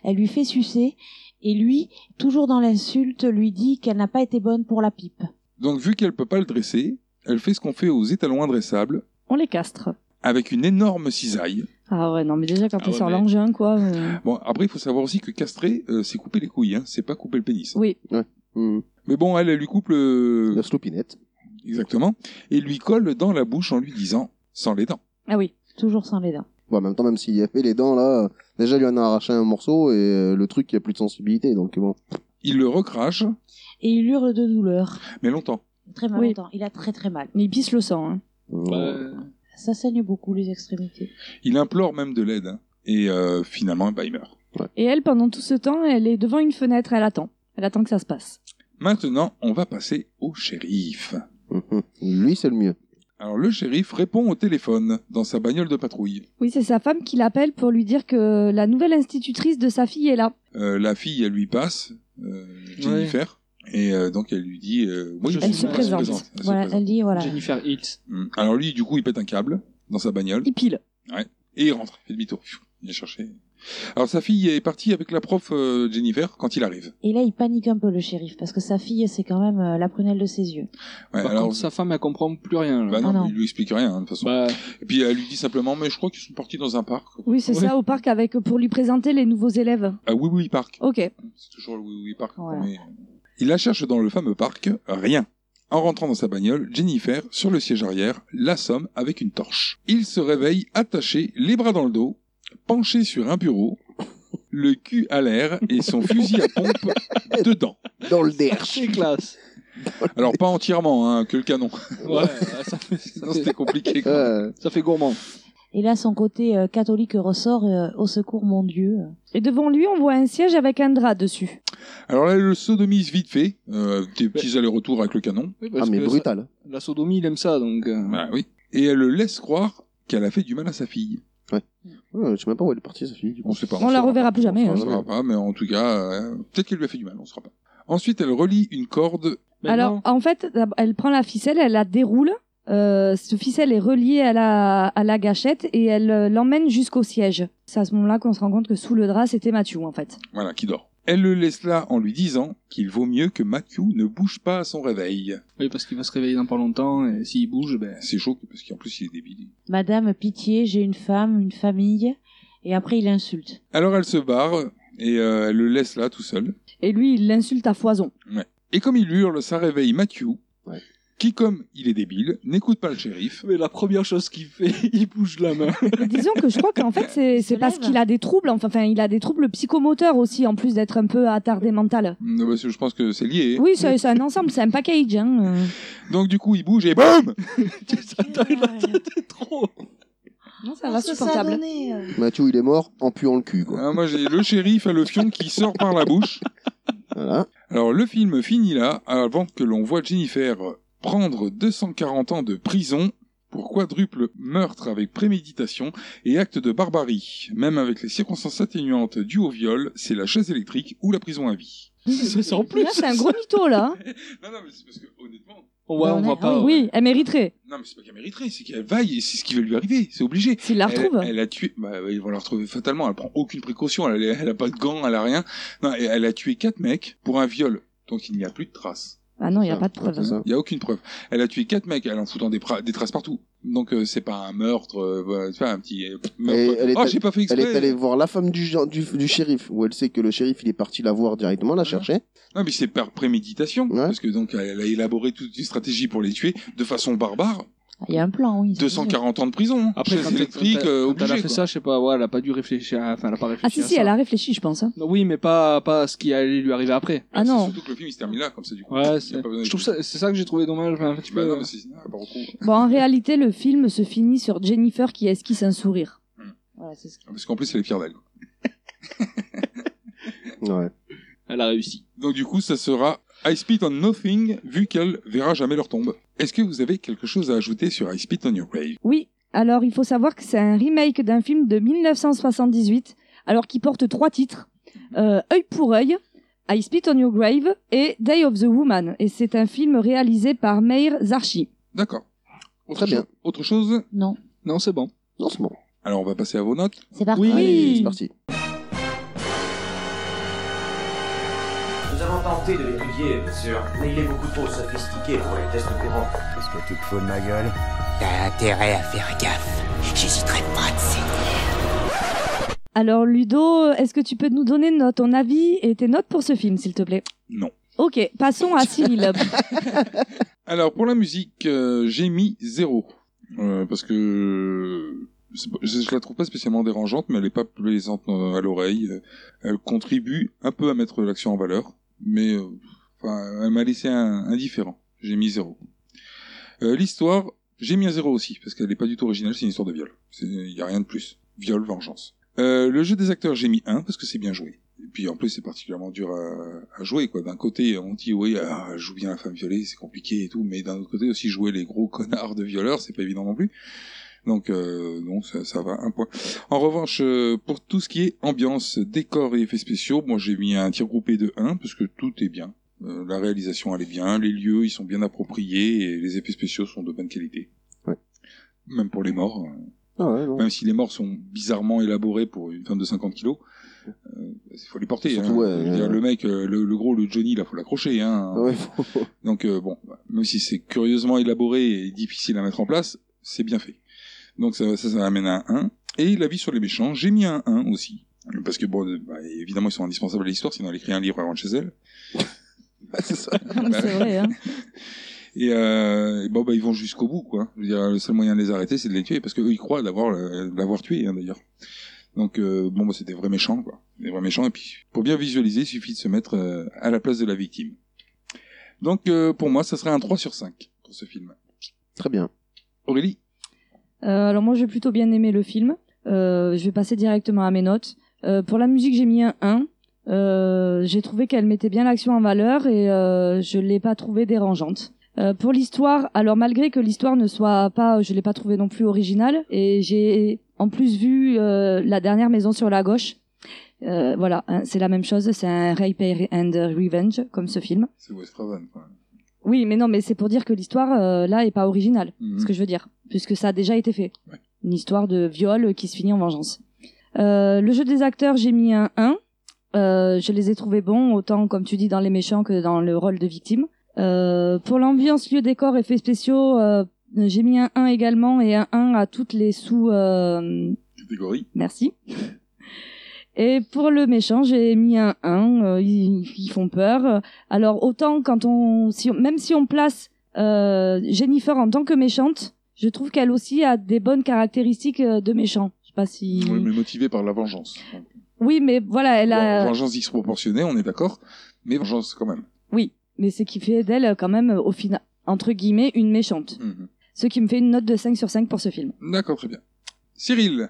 elle lui fait sucer, et lui, toujours dans l'insulte, lui dit qu'elle n'a pas été bonne pour la pipe. Donc vu qu'elle peut pas le dresser, elle fait ce qu'on fait aux étalons indressables, On les castre. avec une énorme cisaille. Ah ouais, non, mais déjà quand Ah t'es ouais, sur mais- l'engin, quoi. euh, Bon, après, il faut savoir aussi que castrer, euh, c'est couper les couilles, hein. C'est pas couper le pénis. Oui. Mais bon, elle, elle lui coupe le... Hmm. La slopinette. Exactement. Et lui colle dans la bouche en lui disant, sans les dents. Ah oui. Toujours sans les dents. Bon, en même temps, même s'il y avait les dents, là, déjà, il lui en a arraché un morceau et euh, le truc, il y a plus de sensibilité, donc bon. Il le recrache, Et il hurle de douleur. mais longtemps. Très mal Oui. longtemps. Il a très très mal. Mais il pisse le sang. Hein. Hmm. euh, Ça saigne beaucoup les extrémités. Il implore même de l'aide. hein. Et euh, finalement, bah, il meurt. Et elle, pendant tout ce temps, elle est devant une fenêtre, elle attend. Elle attend que ça se passe. Maintenant, on va passer au shérif. Lui, c'est le mieux. Alors, le shérif répond au téléphone dans sa bagnole de patrouille. Oui, c'est sa femme qui l'appelle pour lui dire que la nouvelle institutrice de sa fille est là. Euh, la fille, elle lui passe, euh, Jennifer, et euh, donc elle lui dit euh, Oui, Je je suis suis là. là, Elle se Elle se voilà, présente. elle dit voilà. Jennifer Hills. Mm. Alors, lui, du coup, il pète un câble dans sa bagnole. Il pile. Ouais. Et il rentre, il fait demi-tour. Pfiou, Il a cherché. Alors sa fille est partie avec la prof euh, Jennifer quand il arrive. Et là, il panique un peu le shérif parce que sa fille, c'est quand même euh, la prunelle de ses yeux. Ouais, Par alors- contre, Bah. sa femme, elle comprend plus rien. là. Bah non, Ah non. mais il lui explique rien hein, de toute façon. Et puis elle lui dit simplement mais je crois qu'ils sont partis dans un parc. Oui, c'est Ouais. ça, au parc, avec pour lui présenter les nouveaux élèves. Ah oui oui parc. Ok. C'est toujours le oui oui parc. Voilà. mais- Il la cherche dans le fameux parc, rien. En rentrant dans sa bagnole, Jennifer, sur le siège arrière, l'assomme avec une torche. Il se réveille attaché, les bras dans le dos, penché sur un bureau, le cul à l'air et son fusil à pompe dedans. Dans le DR. C'est classe. Alors pas entièrement, hein, que le canon. Ouais, ça fait, ça Sinon fait- c'était compliqué. quoi. Ça fait gourmand. Et là, son côté euh, catholique ressort euh, au secours, mon Dieu. Et devant lui, on voit un siège avec un drap dessus. Alors là, le sodomise vite fait, euh, des petits allers-retours avec le canon. Oui, Ah, parce que ça- la sodomie, il aime ça, donc. euh, Bah oui. Et elle le laisse croire qu'elle a fait du mal à sa fille. Ouais. Ouais, je sais même pas où elle est partie, sa fille. du coup. On sait pas. On la saura reverra pas. plus jamais, On hein. saura pas, mais en tout cas, euh, peut-être qu'elle lui a fait du mal, on ne saura pas. Ensuite, elle relie une corde. ben Alors, en fait, d'ab- elle prend la ficelle, elle la déroule. Euh, cette ficelle est reliée à la, à la gâchette et elle euh, l'emmène jusqu'au siège. C'est à ce moment-là qu'on se rend compte que sous le drap, c'était Mathieu, en fait. Voilà, qui dort. Elle le laisse là en lui disant qu'il vaut mieux que Matthew ne bouge pas à son réveil. oh. Oui, parce qu'il va se réveiller dans pas longtemps, et s'il bouge, ben. C'est chaud, parce qu'en plus, il est débile. Madame, pitié, j'ai une femme, une famille. Et après, il insulte. Alors, elle se barre et euh, elle le laisse là tout seul. Et lui, il l'insulte à foison. Ouais. Et comme il hurle, ça réveille Matthew, qui, comme il est débile, n'écoute pas le shérif. Mais la première chose qu'il fait, il bouge la main. Mais disons que je crois qu'en fait, c'est c'est parce qu'il a des troubles, enfin, enfin, il a des troubles psychomoteurs aussi, en plus d'être un peu attardé mental. Mm, parce que je pense que c'est lié. Oui, c'est c'est un ensemble, c'est un package. Hein. euh. Donc du coup, il bouge et boum Non, c'est insupportable. Mathieu, il est mort en puant le cul, quoi. Ah, Moi, j'ai le shérif à le fion qui sort par la bouche. Voilà. Alors, le film finit là, avant que l'on voit Jennifer prendre 240 ans de prison pour quadruple meurtre avec préméditation et acte de barbarie. Même avec les circonstances atténuantes dues au viol, c'est la chaise électrique ou la prison à vie. C'est en plus. Là, c'est un gros mytho, là. Non, non, mais c'est parce que, honnêtement... Ouais, on va pas. Ah Oui, elle mériterait. Non, mais c'est pas qu'elle mériterait, c'est qu'elle vaille et c'est ce qui va lui arriver, c'est obligé. S'il la Elle- retrouve. Elle, a tué, bah, ouais, ils vont la retrouver fatalement, elle prend aucune précaution, elle, elle a pas de gants, elle a rien. Non, et elle a tué quatre mecs pour un viol, donc il n'y a plus de traces. Ah non, il n'y a pas de preuve. Il n'y a aucune preuve. Elle a tué quatre mecs, elle en foutant des, pra- des traces partout. Donc euh, c'est pas un meurtre, euh, voilà, c'est pas un petit euh, Et meurtre. elle est, oh, allée- j'ai pas fait elle exprès. est allée voir la femme du, gen- du, du shérif, où elle sait que le shérif il est parti la voir directement, la chercher. Non, mais c'est par préméditation, parce que donc elle a élaboré toute une stratégie pour les tuer de façon barbare. Il y a un plan, oui. 240 ans de prison, Après, chaise quand elle- électrique, quand elle- euh, quand obligé, elle a fait quoi. ça, je sais pas, ouais, elle a pas dû réfléchir, à- enfin, elle a pas réfléchi. Ah si, à si, ça. elle a réfléchi, je pense. hein. Oui, mais pas, pas ce qui allait lui arriver après. Ah non. Surtout que le film il se termine là, comme ça du coup. Ouais, Il y a c'est- pas besoin je de- trouve ça, c'est ça que j'ai trouvé dommage. Enfin, tu Bah peux- non, mais c'est- ah, bah, au coup. Bon, en réalité, le film se finit sur Jennifer qui esquisse un sourire. Hmm. Parce qu'en plus, elle est fière d'elle. Ouais. Elle a réussi. Donc du coup, ça sera I Spit on Nothing, vu qu'elle verra jamais leur tombe. Est-ce que vous avez quelque chose à ajouter sur I Spit on Your Grave Oui, alors il faut savoir que c'est un remake d'un film de 1978, alors qui porte trois titres. Euh, œil pour œil, I Spit on Your Grave et Day of the Woman. Et c'est un film réalisé par Meir Zarchi. D'accord. Très bien. Autre chose Non. Non, c'est bon. Non, c'est bon. Alors on va passer à vos notes. C'est parti. Allez, c'est parti. Nous avons tenté de l'étudier, bien sûr, mais il est beaucoup trop sophistiqué pour les tests courants. Qu'est-ce que tu te fous de ma gueule T'as intérêt à faire gaffe. J'hésiterai pas à te saigner. Alors Ludo, est-ce que tu peux nous donner no- ton avis et tes notes pour ce film, s'il te plaît Non. Ok, passons à Cyril. Alors pour la musique, euh, j'ai mis 0. parce que c'est pas- je, je la trouve pas spécialement dérangeante, mais elle est pas plaisante euh, à l'oreille. Euh, Elle contribue un peu à mettre l'action en valeur, mais euh, enfin, elle m'a laissé un- indifférent. J'ai mis 0. Euh, L'histoire, j'ai mis un 0 aussi, parce qu'elle n'est pas du tout originale, c'est une histoire de viol. Il n'y a rien de plus. Viol, vengeance. Euh, le jeu des acteurs, j'ai mis 1 parce que c'est bien joué. Et puis en plus, c'est particulièrement dur à, à jouer. quoi. D'un côté, on dit oui, ah, elle joue bien la femme violée, c'est compliqué et tout, mais d'un autre côté aussi, jouer les gros connards de violeurs, c'est pas évident non plus. Donc euh, non, ça, ça va, un point. En revanche, euh, pour tout ce qui est ambiance, décor et effets spéciaux, moi j'ai mis un tir groupé de 1 parce que tout est bien. Euh, la réalisation elle est bien, les lieux ils sont bien appropriés et les effets spéciaux sont de bonne qualité. Même pour les morts. euh, Ah Même si les morts sont bizarrement élaborés pour une femme de 50 kilos, euh, il faut les porter. Surtout, hein. ouais, Je veux dire, ouais. Le mec, euh, le, le gros, le Johnny, là, faut l'accrocher. Hein. Ouais, Donc euh, bon, bah, même si c'est curieusement élaboré et difficile à mettre en place, c'est bien fait. Donc ça, ça, ça amène à un 1. Et l'avis sur les méchants, j'ai mis un 1 aussi. Parce que bon, euh, bah, évidemment, ils sont indispensables à l'histoire, sinon elle écrit un livre avant chez elle. Bah, c'est ça. C'est vrai, hein. Et, euh, et bon, bah, ils vont jusqu'au bout, quoi. Je veux dire, le seul moyen de les arrêter, c'est de les tuer, parce qu'eux, ils croient l'avoir, euh, l'avoir tué, hein, d'ailleurs. Donc, euh, bon, bah, c'est des vrais méchants, quoi. Des vrais méchants. Et puis, pour bien visualiser, il suffit de se mettre euh, à la place de la victime. Donc, euh, pour moi, ça serait un 3 sur 5 pour ce film. Très bien. Aurélie Euh, alors moi j'ai plutôt bien aimé le film. Euh, je vais passer directement à mes notes. Euh, pour la musique j'ai mis un 1. Euh, j'ai trouvé qu'elle mettait bien l'action en valeur et euh, je l'ai pas trouvée dérangeante. Euh, pour l'histoire, alors malgré que l'histoire ne soit pas, je l'ai pas trouvée non plus originale et j'ai en plus vu euh, la dernière maison sur la gauche. Euh, voilà, hein, c'est la même chose, c'est un rape and revenge comme ce film. C'est Wes Craven, quoi. Oui, mais non, mais c'est pour dire que l'histoire euh, là est pas originale, Mhm. ce que je veux dire, puisque ça a déjà été fait. Une histoire de viol qui se finit en vengeance. Euh, le jeu des acteurs, j'ai mis un 1. Euh, je les ai trouvés bons, autant comme tu dis dans les méchants que dans le rôle de victime. Euh, pour l'ambiance, lieu, décor, effets spéciaux, euh, j'ai mis un 1 également et un 1 à toutes les sous. euh, Catégorie. Merci. Et pour le méchant, j'ai mis un 1. euh, ils, ils font peur. Alors autant quand on, si on- même si on place euh, Jennifer en tant que méchante, je trouve qu'elle aussi a des bonnes caractéristiques euh, de méchant. Je sais pas si. Oui, mais motivé par la vengeance. Oui, mais voilà, elle a. Bon, vengeance disproportionnée, on est d'accord, mais vengeance quand même. Oui, mais c'est qui fait d'elle euh, quand même euh, au final entre guillemets une méchante. Mhm. Ce qui me fait une note de 5 sur 5 pour ce film. D'accord, très bien. Cyril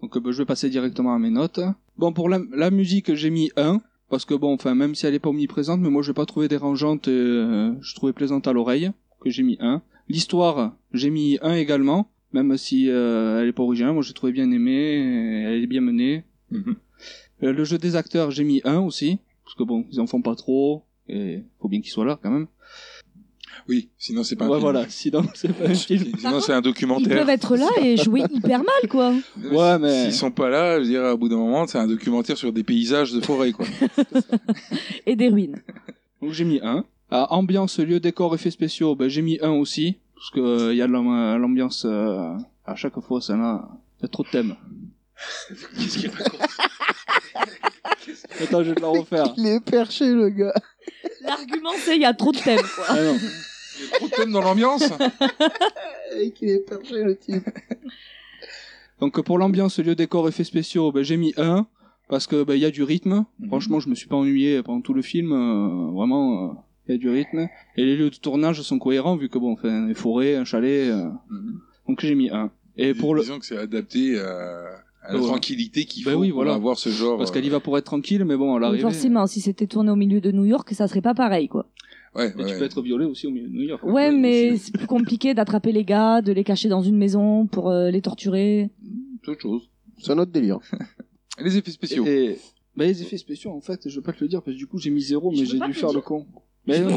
Donc euh, bah, je vais passer directement à mes notes. Bon, pour la, la musique, j'ai mis 1, parce que bon, enfin, même si elle est pas omniprésente, mais moi je l'ai pas trouvé dérangeante, et, euh, je trouvais plaisante à l'oreille, que j'ai mis 1. L'histoire, j'ai mis 1 également, même si euh, elle est pas originale, moi je l'ai trouvé bien aimée, et elle est bien menée. Euh, le jeu des acteurs, j'ai mis 1 aussi, parce que bon, ils en font pas trop, et faut bien qu'ils soient là quand même. Oui, sinon c'est pas un Ouais, film. Bah, voilà, sinon c'est pas un film. Sinon c'est un Ils documentaire. peuvent être là et jouer hyper mal, quoi. Ouais, mais... S'ils sont pas là, je veux dire, à bout d'un moment, c'est un documentaire sur des paysages de forêt, quoi. Et des ruines. Donc j'ai mis 1. À Ah, ambiance, lieu, décor, effets spéciaux, ben, j'ai mis 1 aussi. Parce que euh, y a de l'am- euh, l'ambiance euh, à chaque fois, ça là. Il y a trop de thèmes. Qu'est-ce qu'il raconte Attends, je vais te la refaire. Il est perché, le gars. L'argument c'est il y a trop de thèmes, quoi. Ah non. Il y a trop de thèmes dans l'ambiance Il est perché, le type. Donc euh, pour l'ambiance, lieu, décor, effets spéciaux, ben, j'ai mis 1 parce que ben, il y a du rythme. Franchement, je me suis pas ennuyé pendant tout le film. euh, vraiment, euh, il y a du rythme. Et les lieux de tournage sont cohérents vu que bon, enfin, les forêts, un chalet. euh, Donc j'ai mis 1. Et pour le Disons que c'est adapté euh, à la Ouais. tranquillité qu'il faut Ben oui, pour voilà. avoir ce genre. parce euh, qu'elle y va pour être tranquille, mais bon, à l'arrivée. Forcément, si c'était tourné au milieu de New York, ça serait pas pareil, quoi. euh, Ouais, Mais tu peux être violé aussi au milieu de New York. hein. Ouais, mais c'est plus compliqué d'attraper les gars, de les cacher dans une maison pour euh, les torturer. C'est autre chose. C'est un autre délire. les effets spéciaux. Et... Bah, les effets spéciaux, en fait, je vais pas te le dire parce que du coup j'ai mis zéro, mais j'ai pas dû te faire le le con. Mais non,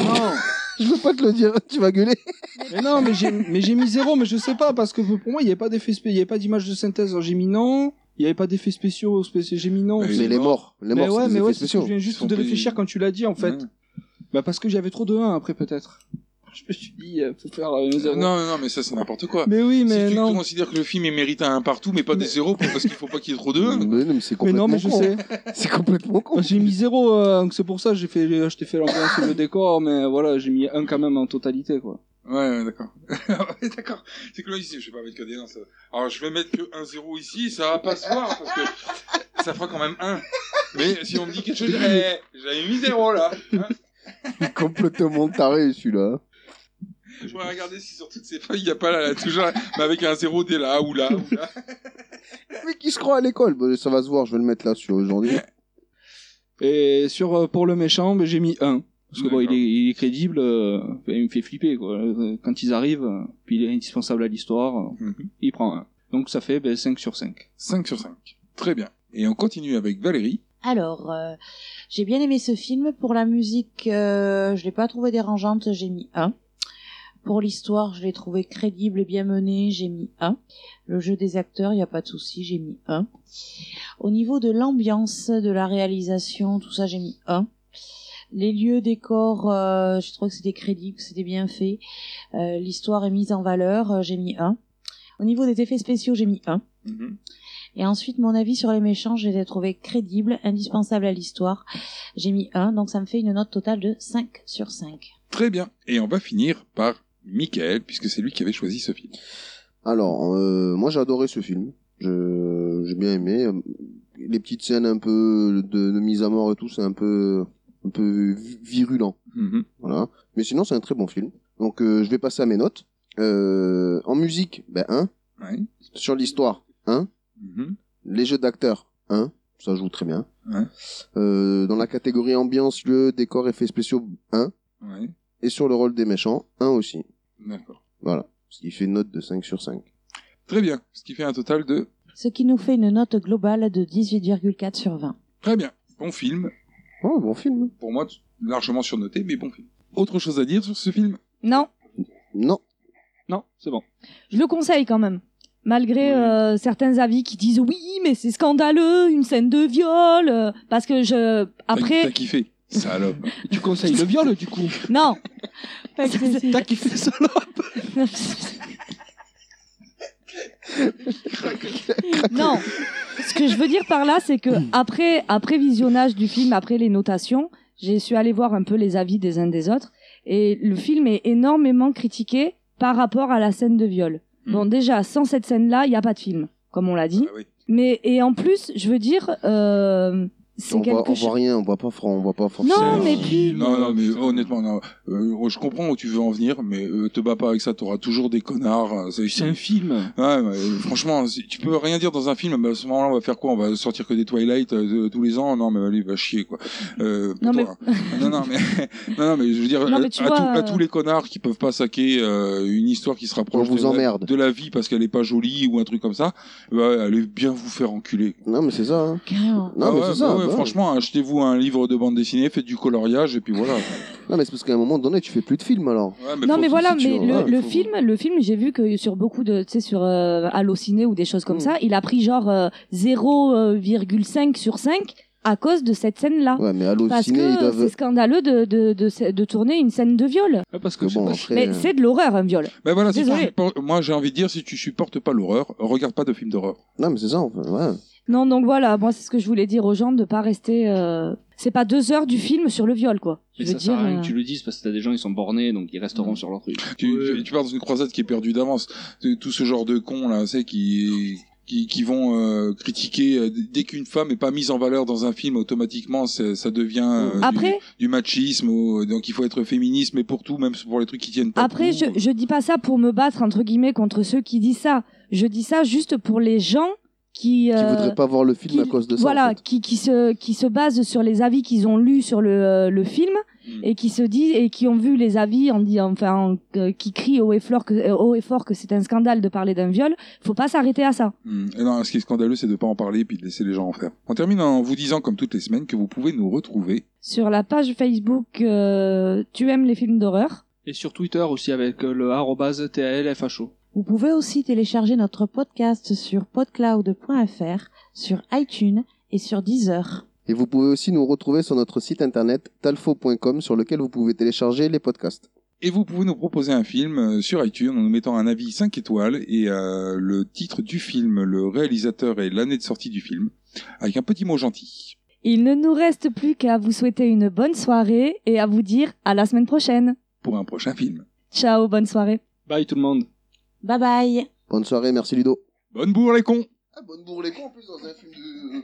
Je veux pas te le dire, tu vas gueuler. mais non, mais j'ai mais j'ai mis zéro, mais je sais pas parce que pour moi il y avait pas d'effets spéciaux, il y avait pas d'image de synthèse, alors j'ai mis non. Il y avait pas d'effets spéciaux, spéciaux- j'ai mis non. Mais c'est- les morts, les mais morts, ouais, c'est des mais ouais, effets c'est ce spéciaux. que Je viens Ils sont juste de payés. réfléchir quand tu l'as dit en fait. Bah parce que j'avais trop de 1 après peut-être. Je me suis dit euh, faut faire euh, un Euh, zéro. Non, non, non, mais ça c'est n'importe quoi. Mais oui, mais si tu non. considères que le film est mérité à un partout, mais pas des zéros, pour- parce qu'il faut pas qu'il y ait trop de. Mais non, mais c'est Mais non, complètement mais je con. sais. C'est complètement con. J'ai mis zéro, euh, donc c'est pour ça que j'ai fait, je t'ai fait l'ambiance et le décor, mais voilà, j'ai mis un quand même en totalité, quoi. Ouais, ouais, d'accord. Ouais, d'accord. C'est que là, ici, je vais pas mettre que des 1. Ça... Alors, je vais mettre que 1-0 ici, ça va pas se voir, parce que ça fera quand même 1. Mais si on me dit quelque chose, je dirais, eh, j'avais mis 0 là. hein. Il est complètement taré, celui-là. Je vais regarder si sur toutes ces feuilles, il n'y a pas là, là, toujours, mais avec un 0 dès là, ou là, ou là. Mais qui se croit à l'école Bah, Ça va se voir, je vais le mettre là sur aujourd'hui. Et sur euh, pour le méchant, ben, j'ai mis 1. Parce que bon, il est, il est crédible, euh, il me fait flipper quoi. Euh, Quand ils arrivent, euh, puis il est indispensable à l'histoire, euh, Mhm. il prend 1. Donc ça fait ben, 5 sur 5. 5 sur 5. Très bien. Et on continue avec Valérie. Alors, euh, j'ai bien aimé ce film. Pour la musique, euh, je l'ai pas trouvé dérangeante, j'ai mis 1. Pour l'histoire, je l'ai trouvé crédible et bien mené, j'ai mis 1. Le jeu des acteurs, il n'y a pas de souci, j'ai mis 1. Au niveau de l'ambiance, de la réalisation, tout ça, j'ai mis 1. Les lieux, décors, euh, je trouve que c'était crédible, que c'était bien fait. Euh, l'histoire est mise en valeur, euh, j'ai mis 1. Au niveau des effets spéciaux, j'ai mis 1. Et ensuite, mon avis sur les méchants, je les ai trouvés crédibles, indispensables à l'histoire. J'ai mis 1, donc ça me fait une note totale de 5 sur 5. Très bien. Et on va finir par Michael, puisque c'est lui qui avait choisi ce film. Alors, euh, moi j'ai adoré ce film. Je- J'ai bien aimé. Les petites scènes un peu de, de mise à mort et tout, c'est un peu, un peu vi- virulent. Mhm. Voilà. Mais sinon, c'est un très bon film. Donc, euh, je vais passer à mes notes. Euh, en musique, ben 1. Sur l'histoire, 1. Mhm. Les jeux d'acteurs, 1. Ça joue très bien. Euh, dans la catégorie ambiance, lieu, décor, effets spéciaux, 1. Ouais. Et sur le rôle des méchants, 1 aussi. D'accord. Voilà. Ce qui fait une note de 5 sur 5. Très bien. Ce qui fait un total de Ce qui nous fait une note globale de 18,4 sur 20. Très bien. Bon film. Oh, bon film. Pour moi, t- largement surnoté, mais bon film. Autre chose à dire sur ce film Non, Non. Non, c'est bon. je le conseille quand même. Malgré euh, certains avis qui disent oui, mais c'est scandaleux, une scène de viol, euh, parce que je T'as après kiffé. Salope. tu conseilles le viol, du coup non. T'as kiffé Oh, salope non. Ce que je veux dire par là, c'est que après, après visionnage du film, après les notations, j'ai su aller voir un peu les avis des uns des autres. Et le film est énormément critiqué par rapport à la scène de viol. Bon, déjà, sans cette scène-là, il n'y a pas de film, comme on l'a dit. Ah Mais, et en plus, je veux dire, euh, c'est on voit, quelque on chose. voit rien, on voit pas franc, on voit pas forcément. Non, mais puis. Non, non, mais honnêtement, non. Euh, je comprends où tu veux en venir, mais euh, te bats pas avec ça, t'auras toujours des connards. euh, C'est un film. Ouais, mais, euh, franchement, si tu peux rien dire dans un film, mais à ce moment-là, on va faire quoi On va sortir que des Twilight euh, de- tous les ans Non, mais allez, va chier, quoi. Euh, Non, pour toi, mais- hein. non, non, mais... non, non, mais je veux dire, Non, à, mais tu à vois, tout- à euh, tous les connards qui peuvent pas saquer euh, une histoire qui se rapproche vous de, la- emmerde. de la vie parce qu'elle est pas jolie ou un truc comme ça, bah, allez bien vous faire enculer. Non, mais c'est ça. hein. mais Non, ouais, c'est ça. bah ouais, bah ouais. Franchement, achetez-vous un livre de bande dessinée, faites du coloriage, et puis voilà. Non, mais c'est parce qu'à un moment donné, tu fais plus de films alors. non mais voilà, mais le, ouais, le hein. Ah, faut- film, le film, j'ai vu que sur beaucoup de, tu sais, sur euh, Allociné ou des choses comme Mm. ça, il a pris genre euh, 0,5 sur 5 à cause de cette scène-là. Ouais, mais Parce Allociné, que ils doivent- c'est scandaleux de, de, de, de tourner une scène de viol. Ah, parce que bon, euh, mais c'est de l'horreur un viol. Ben voilà, si tu Désolé. supportes- moi j'ai envie de dire, si tu supportes pas l'horreur, regarde pas de films d'horreur. Non, mais c'est ça, Euh, ouais. Non donc voilà, moi c'est ce que je voulais dire aux gens de pas rester. euh, C'est pas deux heures du film sur le viol quoi. Je Mais veux ça sert dire. à rien euh, que tu le dises parce que t'as des gens, ils sont bornés, donc ils resteront sur leur truc. Tu, tu- tu pars dans une croisade qui est perdue d'avance. Tout- Tout ce genre de cons là, c'est qui qui, qui vont euh, critiquer euh, dès qu'une femme est pas mise en valeur dans un film automatiquement c'est- ça devient euh, du- Après- du, machisme ou- euh, donc il faut être féministe mais pour tout même pour les trucs qui tiennent pas Après, hein. je, je dis pas ça pour me battre entre guillemets contre ceux qui disent ça. Je dis ça juste pour les gens qui Qui euh, voudraient pas voir le film à cause de ça. voilà, qui, qui se qui se basent sur les avis qu'ils ont lus sur le, euh, le film et qui se disent et qui ont vu les avis en disant enfin en- que- qui crient haut et fort que euh, haut et fort que c'est un scandale de parler d'un viol. Faut pas s'arrêter à ça. Hmm. Et non, ce qui est scandaleux, c'est de pas en parler et puis de laisser les gens en faire. On termine en vous disant, comme toutes les semaines, que vous pouvez nous retrouver. Sur la page Facebook, euh, tu aimes les films d'horreur. Et sur Twitter aussi avec euh, le arrobase TALFHO. Vous pouvez aussi télécharger notre podcast sur podcloud.fr, sur iTunes et sur Deezer. Et vous pouvez aussi nous retrouver sur notre site internet talfo.com sur lequel vous pouvez télécharger les podcasts. Et vous pouvez nous proposer un film euh, sur iTunes en nous mettant un avis 5 étoiles et euh, le titre du film, le réalisateur et l'année de sortie du film, avec un petit mot gentil. Il ne nous reste plus qu'à vous souhaiter une bonne soirée et à vous dire à la semaine prochaine. Pour un prochain film. Ciao, bonne soirée. Bye tout le monde. Bye bye. Bonne soirée, merci Ludo. Bonne bourre les cons Ah, bonne bourre les cons en plus dans un film de...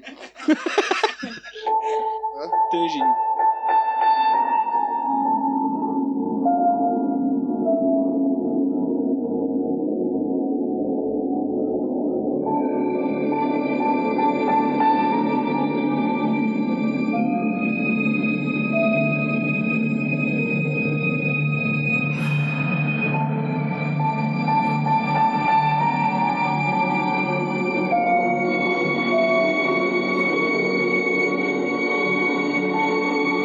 T'es génie. Thank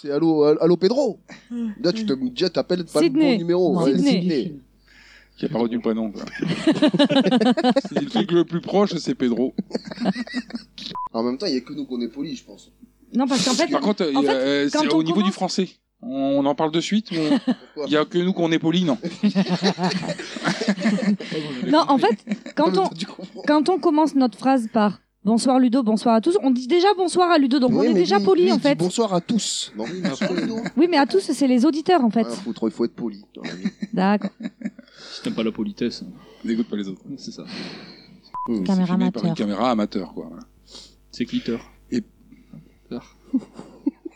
c'est Allo, Allo Pedro. Là, tu te, déjà, t'appelles pas le bon Sydney. numéro. Non. Ouais, Sydney. Sydney. Qui a pas retenu le prénom. quoi. C'est le truc le plus proche, c'est Pedro. En même temps, il y a que nous qu'on est polis, je pense. Non, parce qu'en fait, Par contre, en il y a- fait, euh, c'est quand au on niveau du français. On en parle de suite ou on- Il n'y a que nous qu'on est polis, non Non, en fait, quand on, quand on commence notre phrase par bonsoir Ludo, bonsoir à tous, on dit déjà bonsoir à Ludo, donc on Ouais, est mais déjà lui- poli lui, en il dit fait. Bonsoir à tous. Non, oui, mais à tous, non. Oui, mais à tous, c'est les auditeurs en fait. Rien à foutre, il faut être poli. dans la vie. D'accord. Si t'aimes pas la politesse, hein, n'écoute pas les autres. C'est ça. Oh, C'est Caméra filmé par une amateur. caméra amateur, quoi. voilà. C'est clitter. Et...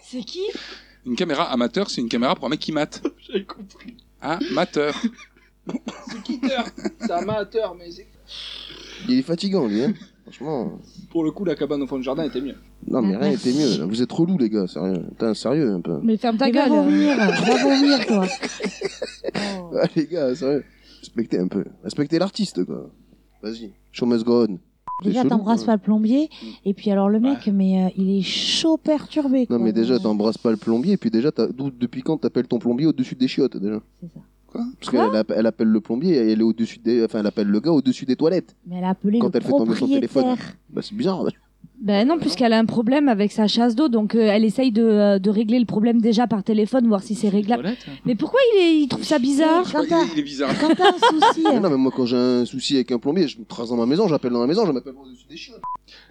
C'est qui Une caméra amateur, c'est une caméra pour un mec qui mate. J'avais compris. Hein, Amateur. C'est clitter. C'est amateur, mais c'est. Il est fatigant, lui, hein. Franchement. Pour le coup, la cabane au fond du jardin était mieux. Non, mais rien n'était mieux. là. Vous êtes relous, les gars, sérieux. Putain, sérieux, un peu. Mais ferme ta gueule. Va vomir, va vomir toi. Ah, les gars, sérieux. Respectez un peu. Respectez l'artiste, quoi. Vas-y. Show must go on. C'est Déjà, chelou, t'embrasses hein. pas le plombier. Et puis alors, le mec, mais euh, il est chaud perturbé. Non, quoi. mais déjà, t'embrasses pas le plombier, et puis déjà, t'as- d'où- depuis quand t'appelles ton plombier au-dessus des chiottes, déjà C'est ça. Quoi Parce qu'elle app- elle appelle le plombier, et elle est au-dessus des. Enfin, elle appelle le gars au-dessus des toilettes. Mais elle a appelé quand le elle fait tomber son téléphone. propriétaire. Bah, c'est bizarre. ouais. Ben non, puisqu'elle a un problème avec sa chasse d'eau, donc euh, elle essaye de, euh, de régler le problème déjà par téléphone, voir si c'est réglable. Mais pourquoi il, est- il trouve ça bizarre Il est bizarre. Quand t'as un souci. Mais non, mais moi, quand j'ai un souci avec un plombier, je me trace dans ma maison, j'appelle dans la maison, je m'appelle au-dessus des chiottes.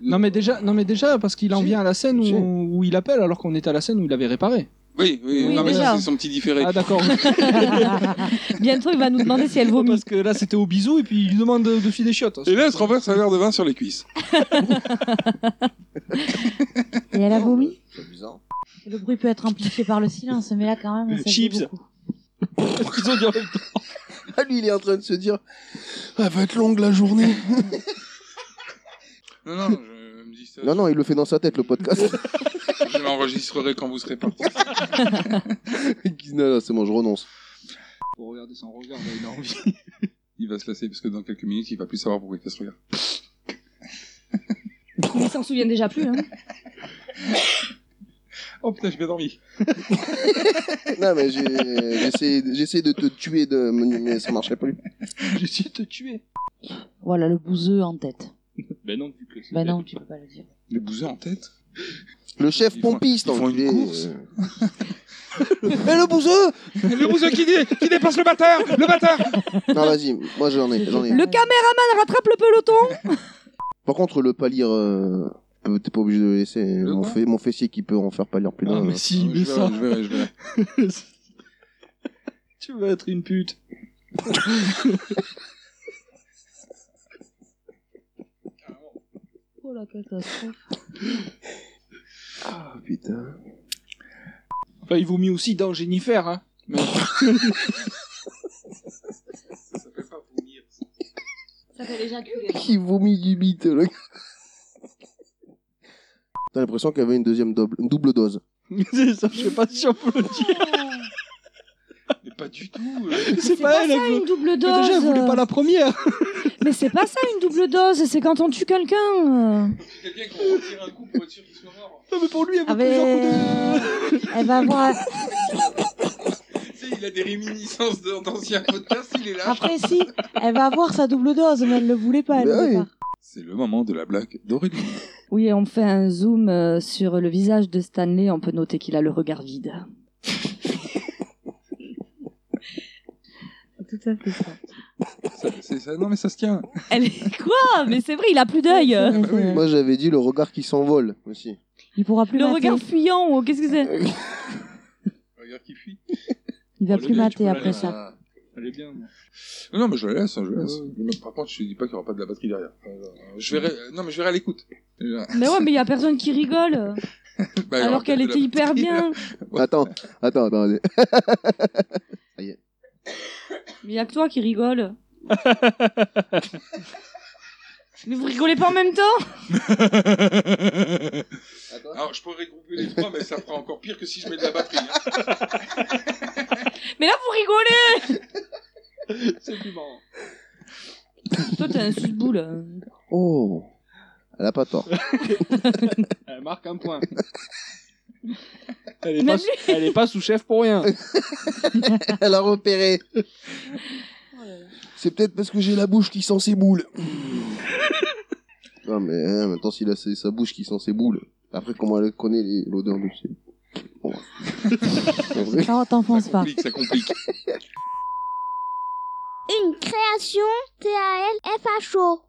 Non, mais déjà, non, mais déjà parce qu'il en vient à la scène où, où il appelle, alors qu'on était à la scène où il avait réparé. Oui, oui, Oui, non, mais ça, déjà. c'est son petit différé. Ah, d'accord. Bientôt, il va nous demander si elle vomit. Parce que là, c'était au bisou, et puis il lui demande de, de filer des chiottes. Et là, elle se renverse un verre de vin sur les cuisses. Et elle a vomi. C'est bizarre. Le bruit peut être amplifié par le silence, Ah, mais là, quand même. Ça fait Chips. beaucoup. Ils ont dit oh, en même temps. Ah, lui, il est en train de se dire Elle va être longue la journée. Non, non, je me dis ça. non, non, il le fait dans sa tête, le podcast. Je l'enregistrerai quand vous serez partis. non, non, c'est bon, je renonce. Pour regarder son regard, là, il a envie. Il va se lasser parce que dans quelques minutes, il va plus savoir pourquoi il fait ce regard. Il s'en souvient déjà plus. Hein. Oh putain, j'ai bien dormi. non, mais j'ai j'ai essayé- j'ai essayé de te tuer, de... mais ça marchait plus. Je suis te tuer. Voilà, le bouseux en tête. Ben non, vu que c'est. Bah non, tu peux pas le dire. Les bouseux en tête Le chef Ils font- pompiste, ils font enculé. une course. Mais le bouseux Le bouseux qui, dé- qui dépasse le batteur Le batteur Non, vas-y, moi j'en ai, j'en ai. Le caméraman rattrape le peloton Par contre, le pâlir, euh, peut- t'es pas obligé de le laisser. Mon, fé- mon fessier qui peut en faire pâlir plus d'un. Ah, mais si, mais ça. Je verrai, je verrai. tu vas être une pute. Oh la catastrophe. Ah putain. Enfin, il vaut mieux aussi dans Jennifer, hein. Mais... Ça fait déjà Qui vomit du bite, le gars. T'as l'impression qu'il y avait une deuxième double, une double dose. ça, je sais pas si on peut le dire. Mais pas du tout. euh. C'est pas, elle, ça, elle veut- une double Mais dose. Déjà, elle voulait pas la première. Mais c'est pas ça une double dose, c'est quand on tue quelqu'un. euh. Quelqu'un qui retire un coup pour être sûr qu'il soit mort. Non, mais pour lui, elle ben, veut Ah, mais, plusieurs coups de. euh, Elle va voir. Tu sais, il a des réminiscences de- d'anciens podcasts, il est là. Après, si, elle va avoir sa double dose, mais elle le voulait pas, elle Mais le oui. départ. C'est le moment de la blague d'Aurélie. Oui, et on fait un zoom euh, sur le visage de Stanley, on peut noter qu'il a le regard vide. Tout à fait ça. Ça, c'est ça. Non, mais ça se tient. Elle est quoi Mais c'est vrai, il a plus d'œil. Moi j'avais dit le regard qui s'envole aussi. Il pourra plus Le mater. regard fuyant, ou qu'est-ce que c'est Regarde qui fuit. Il va Oh, le plus gars, mater tu peux après la- ça. Elle est bien. moi. Non, non, mais je la laisse, hein, je la laisse. Mais Par contre, je te dis pas qu'il y aura pas de la batterie derrière. Euh, Je verrai, euh, non, mais je verrai à l'écoute. Déjà. Mais ouais, mais il y a personne qui rigole. Bah, il y aura alors qu'elle peut-être était de la hyper batterie, bien. là. Attends, attends, attendez. Mais il y a que toi qui rigole. mais vous rigolez pas en même temps Alors, je pourrais regrouper les trois, mais ça fera encore pire que si je mets de la batterie. hein. Mais là, vous rigolez C'est plus marrant. Toi, t'es un sous-boule. Oh, elle a pas tort. Elle marque un point. Elle est pas Même sous- lui. elle est pas sous-chef pour rien. Elle a repéré. C'est peut-être parce que j'ai la bouche qui sent ses boules. Non, mais hein, maintenant, s'il a ses- sa bouche qui sent ses boules, après, comment elle connaît les- l'odeur de ses. Bon. Non, t'enfonce pas. Ça complique. Une création T-A-L-F-H-O.